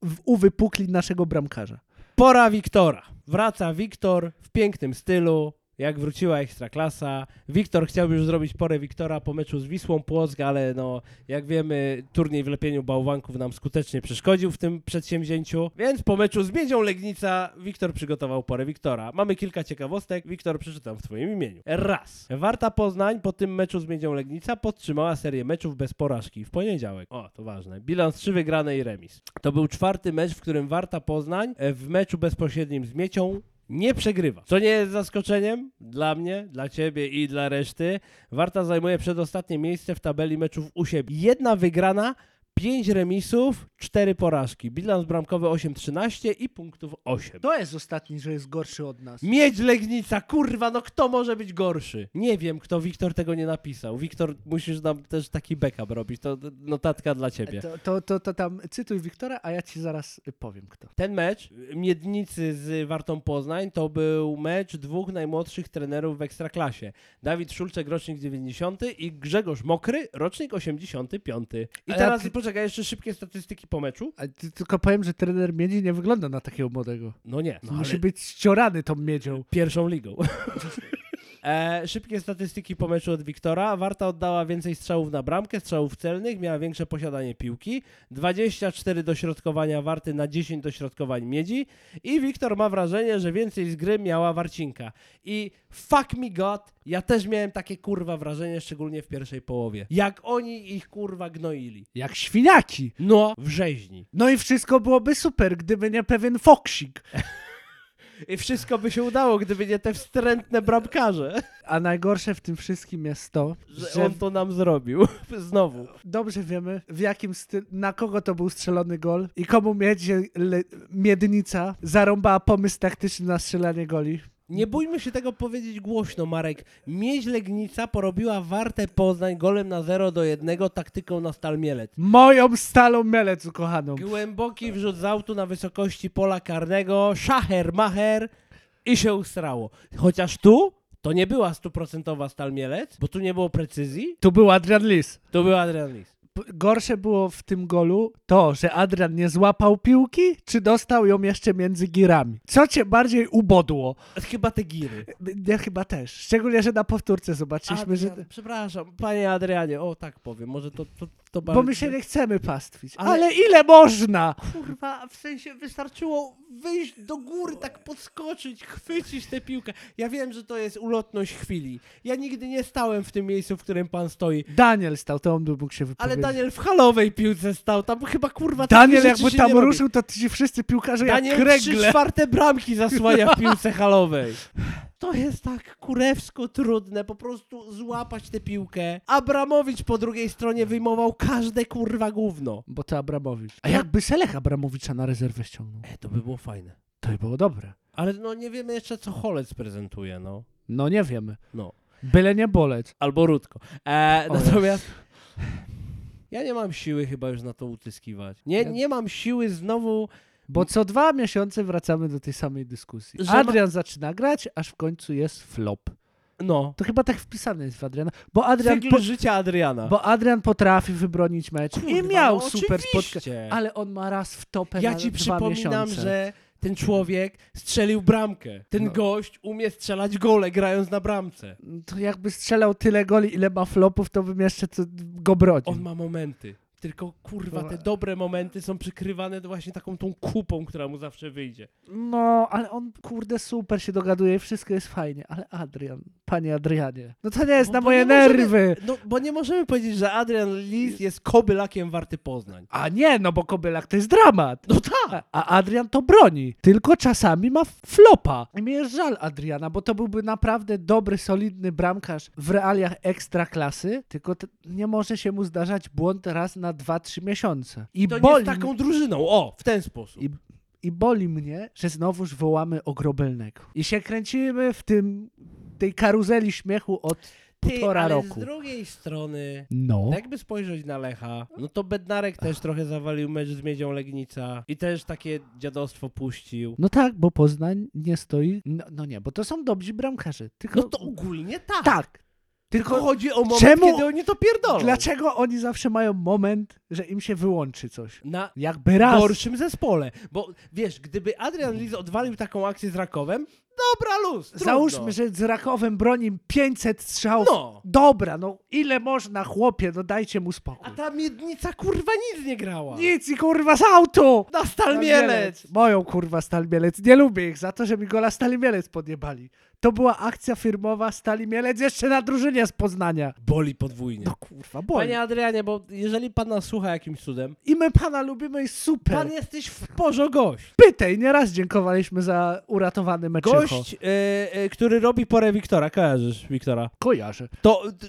Speaker 2: w- uwypukli naszego bramkarza.
Speaker 1: Pora Wiktora. Wraca Wiktor w pięknym stylu, jak wróciła Ekstraklasa. Wiktor chciałby już zrobić porę Wiktora po meczu z Wisłą Płock, ale no, jak wiemy, turniej w lepieniu bałwanków nam skutecznie przeszkodził w tym przedsięwzięciu, więc po meczu z Miedzią Legnica Wiktor przygotował porę Wiktora. Mamy kilka ciekawostek. Wiktor, przeczytam w twoim imieniu. Raz. Warta Poznań po tym meczu z Miedzią Legnica podtrzymała serię meczów bez porażki w poniedziałek. O, to ważne. Bilans 3 wygrane i remis. To był czwarty mecz, w którym Warta Poznań e, w meczu bezpośrednim z Miecią nie przegrywa. Co nie jest zaskoczeniem dla mnie, dla ciebie i dla reszty. Warta zajmuje przedostatnie miejsce w tabeli meczów u siebie. Jedna wygrana, pięć remisów, cztery porażki. Bilans bramkowy 8-13 i punktów 8.
Speaker 2: To jest ostatni, że jest gorszy od nas.
Speaker 1: Miedź Legnica, kurwa, no kto może być gorszy? Nie wiem, kto Wiktor tego nie napisał. Wiktor, musisz nam też taki backup robić, to notatka dla ciebie.
Speaker 2: E, To, to, to, to tam cytuj Wiktora, a ja ci zaraz y, powiem kto.
Speaker 1: Ten mecz Miednicy z Wartą Poznań to był mecz dwóch najmłodszych trenerów w Ekstraklasie. Dawid Szulczek, rocznik 90 i Grzegorz Mokry, rocznik 85. I
Speaker 2: A
Speaker 1: teraz,
Speaker 2: ty-
Speaker 1: poczekaj, jeszcze szybkie statystyki po meczu.
Speaker 2: A ty, tylko powiem, że trener miedzi nie wygląda na takiego młodego.
Speaker 1: No nie, no
Speaker 2: Musi
Speaker 1: ale
Speaker 2: być ściorany tą miedzią.
Speaker 1: pierwszą ligą. E, szybkie statystyki po meczu od Wiktora. Warta oddała więcej strzałów na bramkę, strzałów celnych, miała większe posiadanie piłki. 24 dośrodkowania Warty na 10 dośrodkowań Miedzi. I Wiktor ma wrażenie, że więcej z gry miała Warcinka. I fuck me god, ja też miałem takie kurwa wrażenie, szczególnie w pierwszej połowie. Jak oni ich kurwa gnoili.
Speaker 2: Jak świniaki.
Speaker 1: No, w rzeźni.
Speaker 2: No i wszystko byłoby super, gdyby nie pewien foksik.
Speaker 1: I wszystko by się udało, gdyby nie te wstrętne bramkarze,
Speaker 2: A najgorsze w tym wszystkim jest to, że,
Speaker 1: że on to nam zrobił. Znowu.
Speaker 2: dobrze wiemy, w jakim stylu, na kogo to był strzelony gol i komu miedzie, le, miednica zarąbała pomysł taktyczny na strzelanie goli.
Speaker 1: Nie bójmy się tego powiedzieć głośno, Marek. Miedź Legnica porobiła Wartę Poznań golem na 0 do 1 taktyką na stal Mielec.
Speaker 2: Moją stalą Mielec ukochaną.
Speaker 1: Głęboki wrzut z autu na wysokości pola karnego, szacher, macher i się usrało. Chociaż tu to nie była stuprocentowa stal Mielec, bo tu nie było precyzji,
Speaker 2: Tu był Adrian Lis.
Speaker 1: to był Adrian Lis.
Speaker 2: P- Gorsze było w tym golu to, że Adrian nie złapał piłki, czy dostał ją jeszcze między girami. Co cię bardziej ubodło?
Speaker 1: Chyba te giry.
Speaker 2: Ja chyba też. Szczególnie, że na powtórce zobaczyliśmy, że...
Speaker 1: Adrian, przepraszam, panie Adrianie, o tak powiem, może to... to, to
Speaker 2: Bo my się nie chcemy pastwić.
Speaker 1: Ale-
Speaker 2: Ale ile można?
Speaker 1: Kurwa, w sensie wystarczyło wyjść do góry, tak podskoczyć, chwycić tę piłkę. Ja wiem, że to jest ulotność chwili. Ja nigdy nie stałem w tym miejscu, w którym pan stoi.
Speaker 2: Daniel stał, to on by mógł się
Speaker 1: Ale
Speaker 2: wypowiedzieć.
Speaker 1: Daniel w halowej piłce stał, tam chyba kurwa takich
Speaker 2: Daniel
Speaker 1: rzeczy
Speaker 2: jakby
Speaker 1: się
Speaker 2: tam
Speaker 1: nie robi.
Speaker 2: ruszył, to ci wszyscy piłkarze jak
Speaker 1: Daniel trzy
Speaker 2: kregle.
Speaker 1: czwarte bramki zasłania w piłce halowej. To jest tak kurewsko trudne, po prostu złapać tę piłkę. Abramowicz po drugiej stronie wyjmował każde kurwa gówno.
Speaker 2: Bo to Abramowicz. A jakby Selech Abramowicza na rezerwę ściągnął?
Speaker 1: E, to by było fajne.
Speaker 2: To by było dobre.
Speaker 1: Ale no nie wiemy jeszcze co Holec prezentuje, no.
Speaker 2: No nie wiemy.
Speaker 1: No.
Speaker 2: Byle nie boleć.
Speaker 1: Albo Rutko. E,
Speaker 2: O,
Speaker 1: natomiast ja nie mam siły chyba już na to utyskiwać. Nie,
Speaker 2: Ja-
Speaker 1: nie mam siły znowu.
Speaker 2: Bo co dwa miesiące wracamy do tej samej dyskusji.
Speaker 1: Że ma-
Speaker 2: Adrian zaczyna grać, aż w końcu jest flop.
Speaker 1: No.
Speaker 2: To chyba tak wpisane jest w Adriana. Bo Adrian,
Speaker 1: Cykl
Speaker 2: po...
Speaker 1: życia Adriana.
Speaker 2: bo Adrian potrafi wybronić mecz i
Speaker 1: Kurwa,
Speaker 2: miał
Speaker 1: no
Speaker 2: super
Speaker 1: oczywiście.
Speaker 2: spotkanie. Ale on ma raz w topę
Speaker 1: Ja
Speaker 2: na
Speaker 1: ci
Speaker 2: dwa
Speaker 1: przypominam,
Speaker 2: miesiące.
Speaker 1: że ten człowiek strzelił bramkę. Ten
Speaker 2: No.
Speaker 1: gość umie strzelać gole grając na bramce.
Speaker 2: To jakby strzelał tyle goli, ile ma flopów, to bym jeszcze co- go brodził.
Speaker 1: On ma momenty. Tylko kurwa, te
Speaker 2: Dobra.
Speaker 1: dobre momenty są przykrywane właśnie taką tą kupą, która mu zawsze wyjdzie.
Speaker 2: No, ale on, kurde, super się dogaduje, wszystko jest fajnie, ale Adrian, panie Adrianie, no to nie jest
Speaker 1: Bo-
Speaker 2: na
Speaker 1: bo
Speaker 2: moje
Speaker 1: nie możemy-
Speaker 2: nerwy.
Speaker 1: No, bo nie możemy powiedzieć, że Adrian Lis jest kobylakiem warty Poznań.
Speaker 2: A nie, no bo Kobylak to jest dramat.
Speaker 1: No tak!
Speaker 2: A- A Adrian to broni, tylko czasami ma flopa. I mi jest żal Adriana, bo to byłby naprawdę dobry, solidny bramkarz w realiach ekstraklasy, tylko t- nie może się mu zdarzać błąd raz na 2-3 miesiące. I
Speaker 1: To nie
Speaker 2: boli
Speaker 1: jest tak taką drużyną. O, w ten sposób.
Speaker 2: I, I boli mnie, że znowuż wołamy o Grobelnego. I się kręcimy w tym, tej karuzeli śmiechu od półtora
Speaker 1: ale
Speaker 2: roku.
Speaker 1: z drugiej strony,
Speaker 2: No.
Speaker 1: jakby spojrzeć na Lecha, no to Bednarek też trochę zawalił mecz z Miedzią Legnica i też takie dziadostwo puścił.
Speaker 2: No tak, bo Poznań nie stoi... No, no nie, bo to są dobrzy bramkarze. Tylko...
Speaker 1: No to ogólnie tak.
Speaker 2: Tak,
Speaker 1: Tylko chodzi o moment,
Speaker 2: Czemu-
Speaker 1: kiedy oni to pierdolą.
Speaker 2: Dlaczego oni zawsze mają moment, że im się wyłączy coś?
Speaker 1: Na
Speaker 2: Jakby raz.
Speaker 1: gorszym zespole. Bo wiesz, gdyby Adrian Liz odwalił taką akcję z Rakowem, dobra luz, trudno.
Speaker 2: Załóżmy, że z Rakowem broni 500 strzałów.
Speaker 1: No.
Speaker 2: Dobra, no ile można, chłopie, no dajcie mu
Speaker 1: A
Speaker 2: spokój.
Speaker 1: ta miednica kurwa nic nie grała.
Speaker 2: Nic i kurwa z autu!
Speaker 1: Na stal mielec.
Speaker 2: Moją kurwa Stal Mielec. Nie lubię ich za to, że mi gola Stali Mielec podjebali. To była akcja firmowa Stali Mielec jeszcze na drużynie z Poznania.
Speaker 1: Boli podwójnie.
Speaker 2: No kurwa, boli.
Speaker 1: Panie Adrianie, bo jeżeli pan nas słucha jakimś cudem,
Speaker 2: I my pana lubimy i super.
Speaker 1: pan jesteś w porzo gość.
Speaker 2: Pytej, nieraz dziękowaliśmy za uratowany mecz.
Speaker 1: Gość, e, e, który robi porę Wiktora, kojarzysz Wiktora.
Speaker 2: Kojarzę.
Speaker 1: To d- d-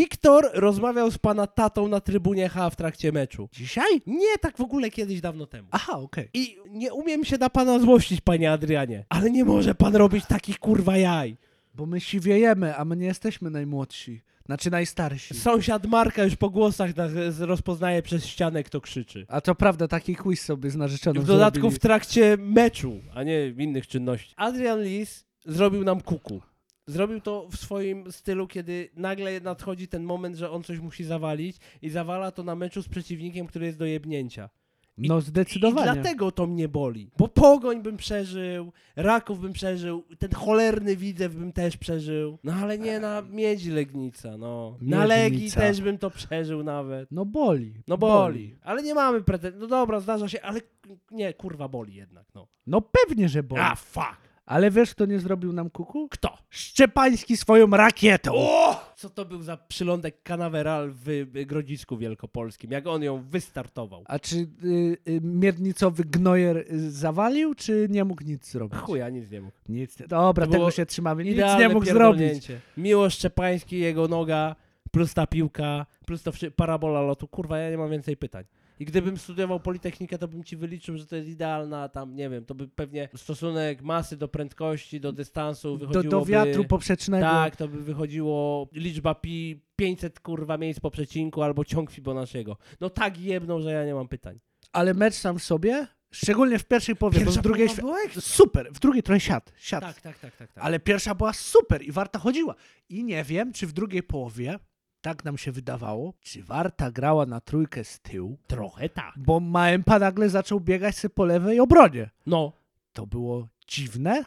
Speaker 1: Wiktor rozmawiał z pana tatą na trybunie H w trakcie meczu.
Speaker 2: Dzisiaj?
Speaker 1: Nie tak w ogóle kiedyś dawno temu.
Speaker 2: Aha, okej.
Speaker 1: I nie umiem się na pana złościć, panie Adrianie, ale nie może pan robić takich kurwa jaj.
Speaker 2: Bo my siwiejemy, a my nie jesteśmy najmłodsi. Znaczy najstarsi.
Speaker 1: Sąsiad Marka już po głosach nas- z- rozpoznaje przez ścianę, kto krzyczy.
Speaker 2: A to prawda, taki quiz sobie z
Speaker 1: I
Speaker 2: narzeczoną
Speaker 1: w dodatku
Speaker 2: zrobili.
Speaker 1: w trakcie meczu, a nie w innych czynności. Adrian Lis zrobił nam kuku. Zrobił to w swoim stylu, kiedy nagle nadchodzi ten moment, że on coś musi zawalić i zawala to na meczu z przeciwnikiem, który jest do jebnięcia.
Speaker 2: No zdecydowanie.
Speaker 1: I dlatego to mnie boli. Bo Pogoń bym przeżył, Raków bym przeżył, ten cholerny Widzew bym też przeżył. No ale nie na Miedzi Legnica, no. Na
Speaker 2: Miedź
Speaker 1: Legii
Speaker 2: Legnica.
Speaker 1: też bym to przeżył nawet.
Speaker 2: No boli.
Speaker 1: No boli. Ale nie mamy pretensji. No dobra, zdarza się, ale k- nie, kurwa boli jednak, no.
Speaker 2: No pewnie, że boli.
Speaker 1: A, fuck.
Speaker 2: Ale wiesz, kto nie zrobił nam kuku?
Speaker 1: Kto?
Speaker 2: Szczepański swoją rakietą.
Speaker 1: Co to był za przylądek kanaweral w y, Grodzisku Wielkopolskim? Jak on ją wystartował?
Speaker 2: A czy y, y, miernicowy gnojer y, zawalił, czy nie mógł nic zrobić?
Speaker 1: Chuja, nic nie mógł.
Speaker 2: Nic. Dobra,
Speaker 1: To było
Speaker 2: tego się trzymamy. Nic
Speaker 1: Idealne
Speaker 2: nie mógł zrobić.
Speaker 1: pierdolnięcie. Miłosz Szczepański, jego noga, plus ta piłka, plus to wszy- parabola lotu. Kurwa, ja nie mam więcej pytań. I gdybym studiował Politechnikę, to bym ci wyliczył, że to jest idealna tam, nie wiem, to by pewnie stosunek masy do prędkości, do dystansu
Speaker 2: Do,
Speaker 1: wychodziłoby...
Speaker 2: do wiatru poprzecznego.
Speaker 1: Tak, to by wychodziło liczba pi 500 kurwa miejsc po przecinku albo ciąg Fibonacciego. No tak jebną, że ja nie mam pytań.
Speaker 2: Ale mecz sam w sobie, szczególnie w pierwszej połowie, bo
Speaker 1: Pierwsza
Speaker 2: w drugiej...
Speaker 1: połowa była ekstra.
Speaker 2: Super, w drugiej trochę siadł. siadł.
Speaker 1: Tak, tak, tak, tak. tak.
Speaker 2: Ale pierwsza była super i Warta chodziła. I nie wiem, czy w drugiej połowie, tak nam się wydawało, czy Warta grała na trójkę z tyłu,
Speaker 1: trochę tak.
Speaker 2: bo Maempa nagle zaczął biegać sobie po lewej obronie.
Speaker 1: No,
Speaker 2: To było dziwne,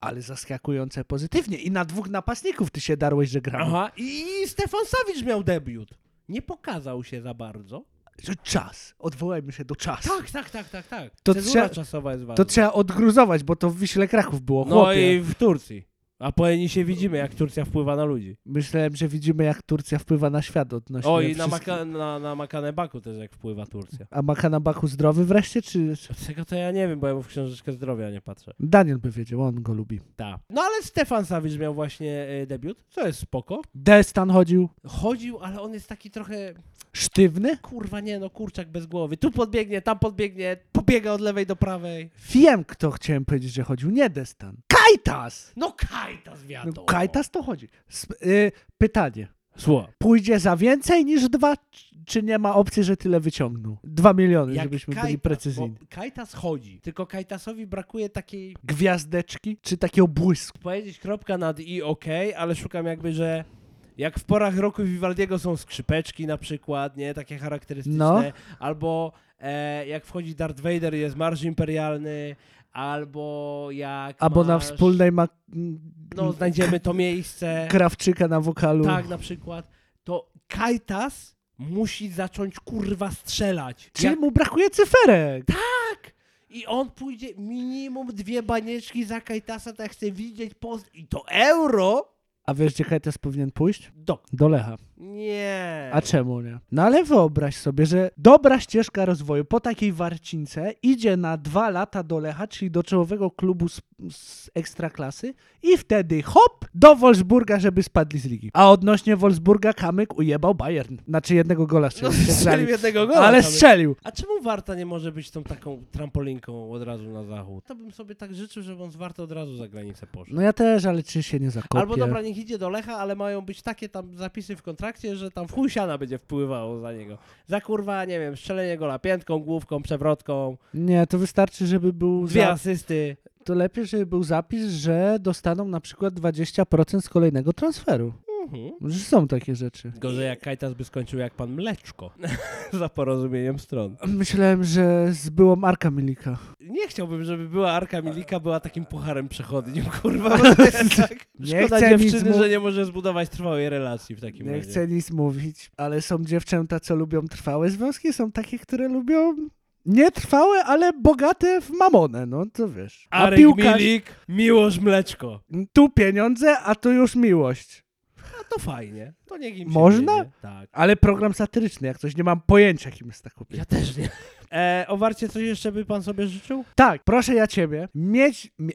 Speaker 2: ale zaskakujące pozytywnie. I na dwóch napastników ty się darłeś, że gramy.
Speaker 1: aha. I Stefan Sawicz miał debiut. Nie pokazał się za bardzo.
Speaker 2: Że Czas. Odwołajmy się do czasu.
Speaker 1: Tak, tak, tak, tak, tak.
Speaker 2: To
Speaker 1: Cezura
Speaker 2: trze-
Speaker 1: czasowa jest ważna.
Speaker 2: To trzeba odgruzować, bo to w Wiśle Kraków było,
Speaker 1: no
Speaker 2: chłopie.
Speaker 1: i w Turcji. A po Eni się widzimy, jak Turcja wpływa na ludzi.
Speaker 2: Myślałem, że widzimy, jak Turcja wpływa na świat odnośnie
Speaker 1: O, i na,
Speaker 2: wszystkich-
Speaker 1: Maka- na, na Makanebaku też jak wpływa Turcja.
Speaker 2: A Makanabaku zdrowy wreszcie, czy...
Speaker 1: Tego to ja nie wiem, bo ja mu w książeczkę zdrowia nie patrzę.
Speaker 2: Daniel by wiedział, on go lubi.
Speaker 1: Ta. No ale Stefan Sawicz miał właśnie e, debiut, co jest spoko.
Speaker 2: Destan chodził
Speaker 1: Chodził, ale on jest taki trochę,
Speaker 2: sztywny.
Speaker 1: kurwa nie no, kurczak bez głowy. Tu podbiegnie, tam podbiegnie, pobiega od lewej do prawej.
Speaker 2: Wiem, kto chciałem powiedzieć, że chodził. Nie Destan. Kajtas!
Speaker 1: No Kajtas wiadomo.
Speaker 2: No, Kajtas to chodzi. Sp- y- pytanie.
Speaker 1: Słuchaj,
Speaker 2: Pójdzie za więcej niż dwa, czy- czy nie ma opcji, że tyle wyciągnął? Dwa miliony,
Speaker 1: jak
Speaker 2: żebyśmy
Speaker 1: Kajtas,
Speaker 2: byli precyzyjni.
Speaker 1: bo Kajtas chodzi, tylko Kajtasowi brakuje takiej,
Speaker 2: Gwiazdeczki, czy takiego błysku?
Speaker 1: powiedzieć kropka nad i okej, ale szukam jakby, że jak w porach roku Vivaldiego są skrzypeczki na przykład, nie? Takie charakterystyczne.
Speaker 2: No.
Speaker 1: Albo e, jak wchodzi Darth Vader i jest marsz imperialny, albo jak
Speaker 2: Albo
Speaker 1: masz,
Speaker 2: na wspólnej ma...
Speaker 1: No, znajdziemy to miejsce.
Speaker 2: Krawczyka na wokalu.
Speaker 1: Tak, na przykład. To Kajtas musi zacząć kurwa strzelać.
Speaker 2: Czyli
Speaker 1: Jak,
Speaker 2: mu brakuje cyferek. Tak.
Speaker 1: I on pójdzie minimum dwie banieczki za Kajtasa, tak chce widzieć post. I to euro
Speaker 2: A wiesz, gdzie Kajtas powinien pójść?
Speaker 1: do
Speaker 2: Do Lecha.
Speaker 1: Nie.
Speaker 2: A czemu nie? No ale wyobraź sobie, że dobra ścieżka rozwoju po takiej warcince idzie na dwa lata do Lecha, czyli do czołowego klubu z, z ekstraklasy i wtedy hop do Wolfsburga, żeby spadli z ligi. A odnośnie Wolfsburga Kamyk ujebał Bayern. Znaczy jednego gola
Speaker 1: no,
Speaker 2: strzelił.
Speaker 1: strzelił
Speaker 2: Przegrali.
Speaker 1: jednego gola.
Speaker 2: ale
Speaker 1: tam.
Speaker 2: strzelił.
Speaker 1: A czemu Warta nie może być tą taką trampolinką od razu na zachód? To bym sobie tak życzył, żeby on z Warta od razu za granicę poszedł.
Speaker 2: No ja też, ale czy się nie zakopie?
Speaker 1: Albo dobra, niech idzie do Lecha, ale mają być takie tam zapisy w kontrakcie, że tam w chuj siana będzie wpływało za niego. Za kurwa, nie wiem, strzelenie gola piętką, główką, przewrotką,
Speaker 2: Nie, to wystarczy, żeby był
Speaker 1: dwie
Speaker 2: za...
Speaker 1: asysty.
Speaker 2: To lepiej, żeby był zapis, że dostaną na przykład 20% z kolejnego transferu.
Speaker 1: Mhm.
Speaker 2: Że są takie rzeczy.
Speaker 1: Gorzej jak Kajtas by skończył jak pan Mleczko za porozumieniem stron.
Speaker 2: Myślałem, że z byłą Arka Milika.
Speaker 1: Nie chciałbym, żeby była Arka Milika była takim pucharem przechodnim, kurwa. Bo to jest tak.
Speaker 2: Nie
Speaker 1: Szkoda
Speaker 2: chcę nic
Speaker 1: dziewczyny,
Speaker 2: mu-
Speaker 1: że nie może zbudować trwałej relacji w takim
Speaker 2: Nie
Speaker 1: razie.
Speaker 2: chcę nic mówić, ale są dziewczęta, co lubią trwałe związki, są takie, które lubią nietrwałe, ale bogate w mamonę, no to wiesz. A
Speaker 1: Arek
Speaker 2: piłkarz,
Speaker 1: Milik, Miłosz Mleczko.
Speaker 2: tu pieniądze, a tu już miłość.
Speaker 1: A to fajnie. To niech im się
Speaker 2: Można?
Speaker 1: dzieje. Tak.
Speaker 2: Ale program satyryczny, jak coś, nie mam pojęcia, kim jest ta kobieta.
Speaker 1: Ja też nie. E, o Warcie coś jeszcze by pan sobie życzył?
Speaker 2: Tak, proszę ja ciebie, mieć... Mie,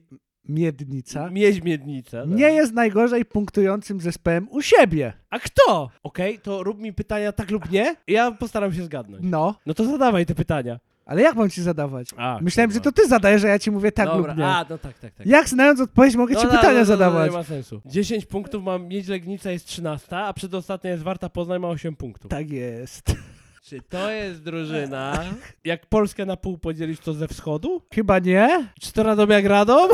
Speaker 2: miednica
Speaker 1: Mieć miednicę.
Speaker 2: nie jest najgorzej punktującym zespołem u siebie.
Speaker 1: A kto? Okej, to rób mi pytania tak lub nie. Ja postaram się zgadnąć.
Speaker 2: No,
Speaker 1: No to zadawaj te pytania.
Speaker 2: ale jak mam ci zadawać?
Speaker 1: A,
Speaker 2: Myślałem, że
Speaker 1: kurwa.
Speaker 2: to ty zadajesz, a ja ci mówię tak
Speaker 1: Dobra,
Speaker 2: lub nie.
Speaker 1: A, no tak, tak, tak.
Speaker 2: Jak znając odpowiedź mogę ci
Speaker 1: no,
Speaker 2: pytania
Speaker 1: no, No,
Speaker 2: zadawać?
Speaker 1: no, nie ma sensu. 10 punktów mam Miedź Legnica jest 13, a przedostatnia jest Warta Poznań ma 8 punktów.
Speaker 2: Tak jest.
Speaker 1: Czy to jest drużyna? Jak Polskę na pół podzielić to ze wschodu?
Speaker 2: Chyba nie?
Speaker 1: Czy to Radom jak Radom?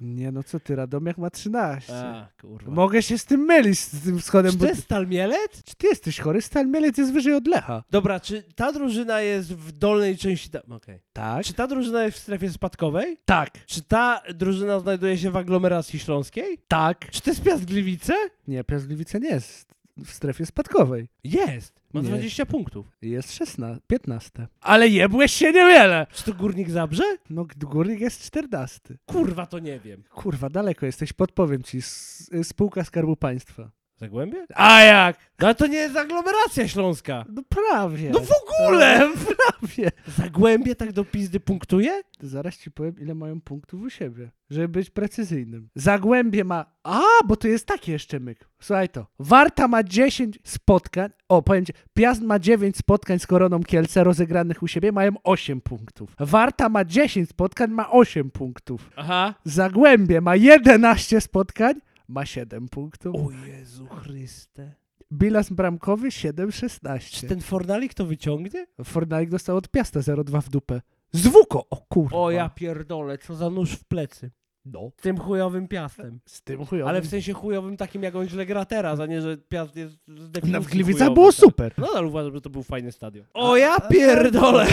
Speaker 2: Nie, no co ty, Radomiak ma 13.
Speaker 1: A, kurwa.
Speaker 2: Mogę się z tym mylić, z tym wschodem,
Speaker 1: Czy
Speaker 2: bo...
Speaker 1: to jest Stal Mielec?
Speaker 2: Czy ty jesteś chory? Stal Mielec jest wyżej od Lecha.
Speaker 1: Dobra, czy ta drużyna jest w dolnej części... ta- Okej.
Speaker 2: Tak?
Speaker 1: Czy ta drużyna jest w strefie spadkowej?
Speaker 2: Tak.
Speaker 1: Czy ta drużyna znajduje się w aglomeracji śląskiej?
Speaker 2: Tak.
Speaker 1: Czy to jest Piast Gliwice?
Speaker 2: Nie, Piazdliwice nie jest w strefie spadkowej.
Speaker 1: Jest. Ma
Speaker 2: Nie.
Speaker 1: 20 punktów.
Speaker 2: Jest 16, 15. Ale jebłeś się niewiele!
Speaker 1: Czy to Górnik Zabrze?
Speaker 2: No, Górnik jest 14.
Speaker 1: Kurwa, to nie wiem.
Speaker 2: Kurwa, daleko jesteś, podpowiem ci. S- y, Spółka Skarbu Państwa.
Speaker 1: Zagłębie?
Speaker 2: A jak?
Speaker 1: No ale to nie jest aglomeracja śląska.
Speaker 2: No prawie. No,
Speaker 1: No w ogóle!
Speaker 2: prawie.
Speaker 1: Zagłębie tak do pizdy punktuje?
Speaker 2: Zaraz ci powiem, ile mają punktów u siebie, żeby być precyzyjnym. Zagłębie ma. A, bo to jest taki jeszcze myk. Słuchaj to. Warta ma 10 spotkań. O, powiem ci, Piast ma 9 spotkań z Koroną Kielce rozegranych u siebie, mają 8 punktów. Warta ma 10 spotkań, ma 8 punktów.
Speaker 1: Aha.
Speaker 2: Zagłębie ma 11 spotkań, ma 7 punktów.
Speaker 1: O Jezu Chryste.
Speaker 2: Bilans bramkowy 7-16.
Speaker 1: Czy ten Fornalik to wyciągnie?
Speaker 2: Fornalik dostał od Piasta 0-2 w dupę. Zwuko! O kurwa.
Speaker 1: O ja pierdolę, co za nóż w plecy.
Speaker 2: No.
Speaker 1: Z tym chujowym piastem.
Speaker 2: Z tym chujowym.
Speaker 1: Ale w sensie chujowym takim, jak on źle gra teraz, a nie, że piast jest z definicji
Speaker 2: No w
Speaker 1: chujowy,
Speaker 2: Gliwicach było
Speaker 1: tak.
Speaker 2: super.
Speaker 1: Nadal uważam, że to był fajny stadion. O ja pierdolę!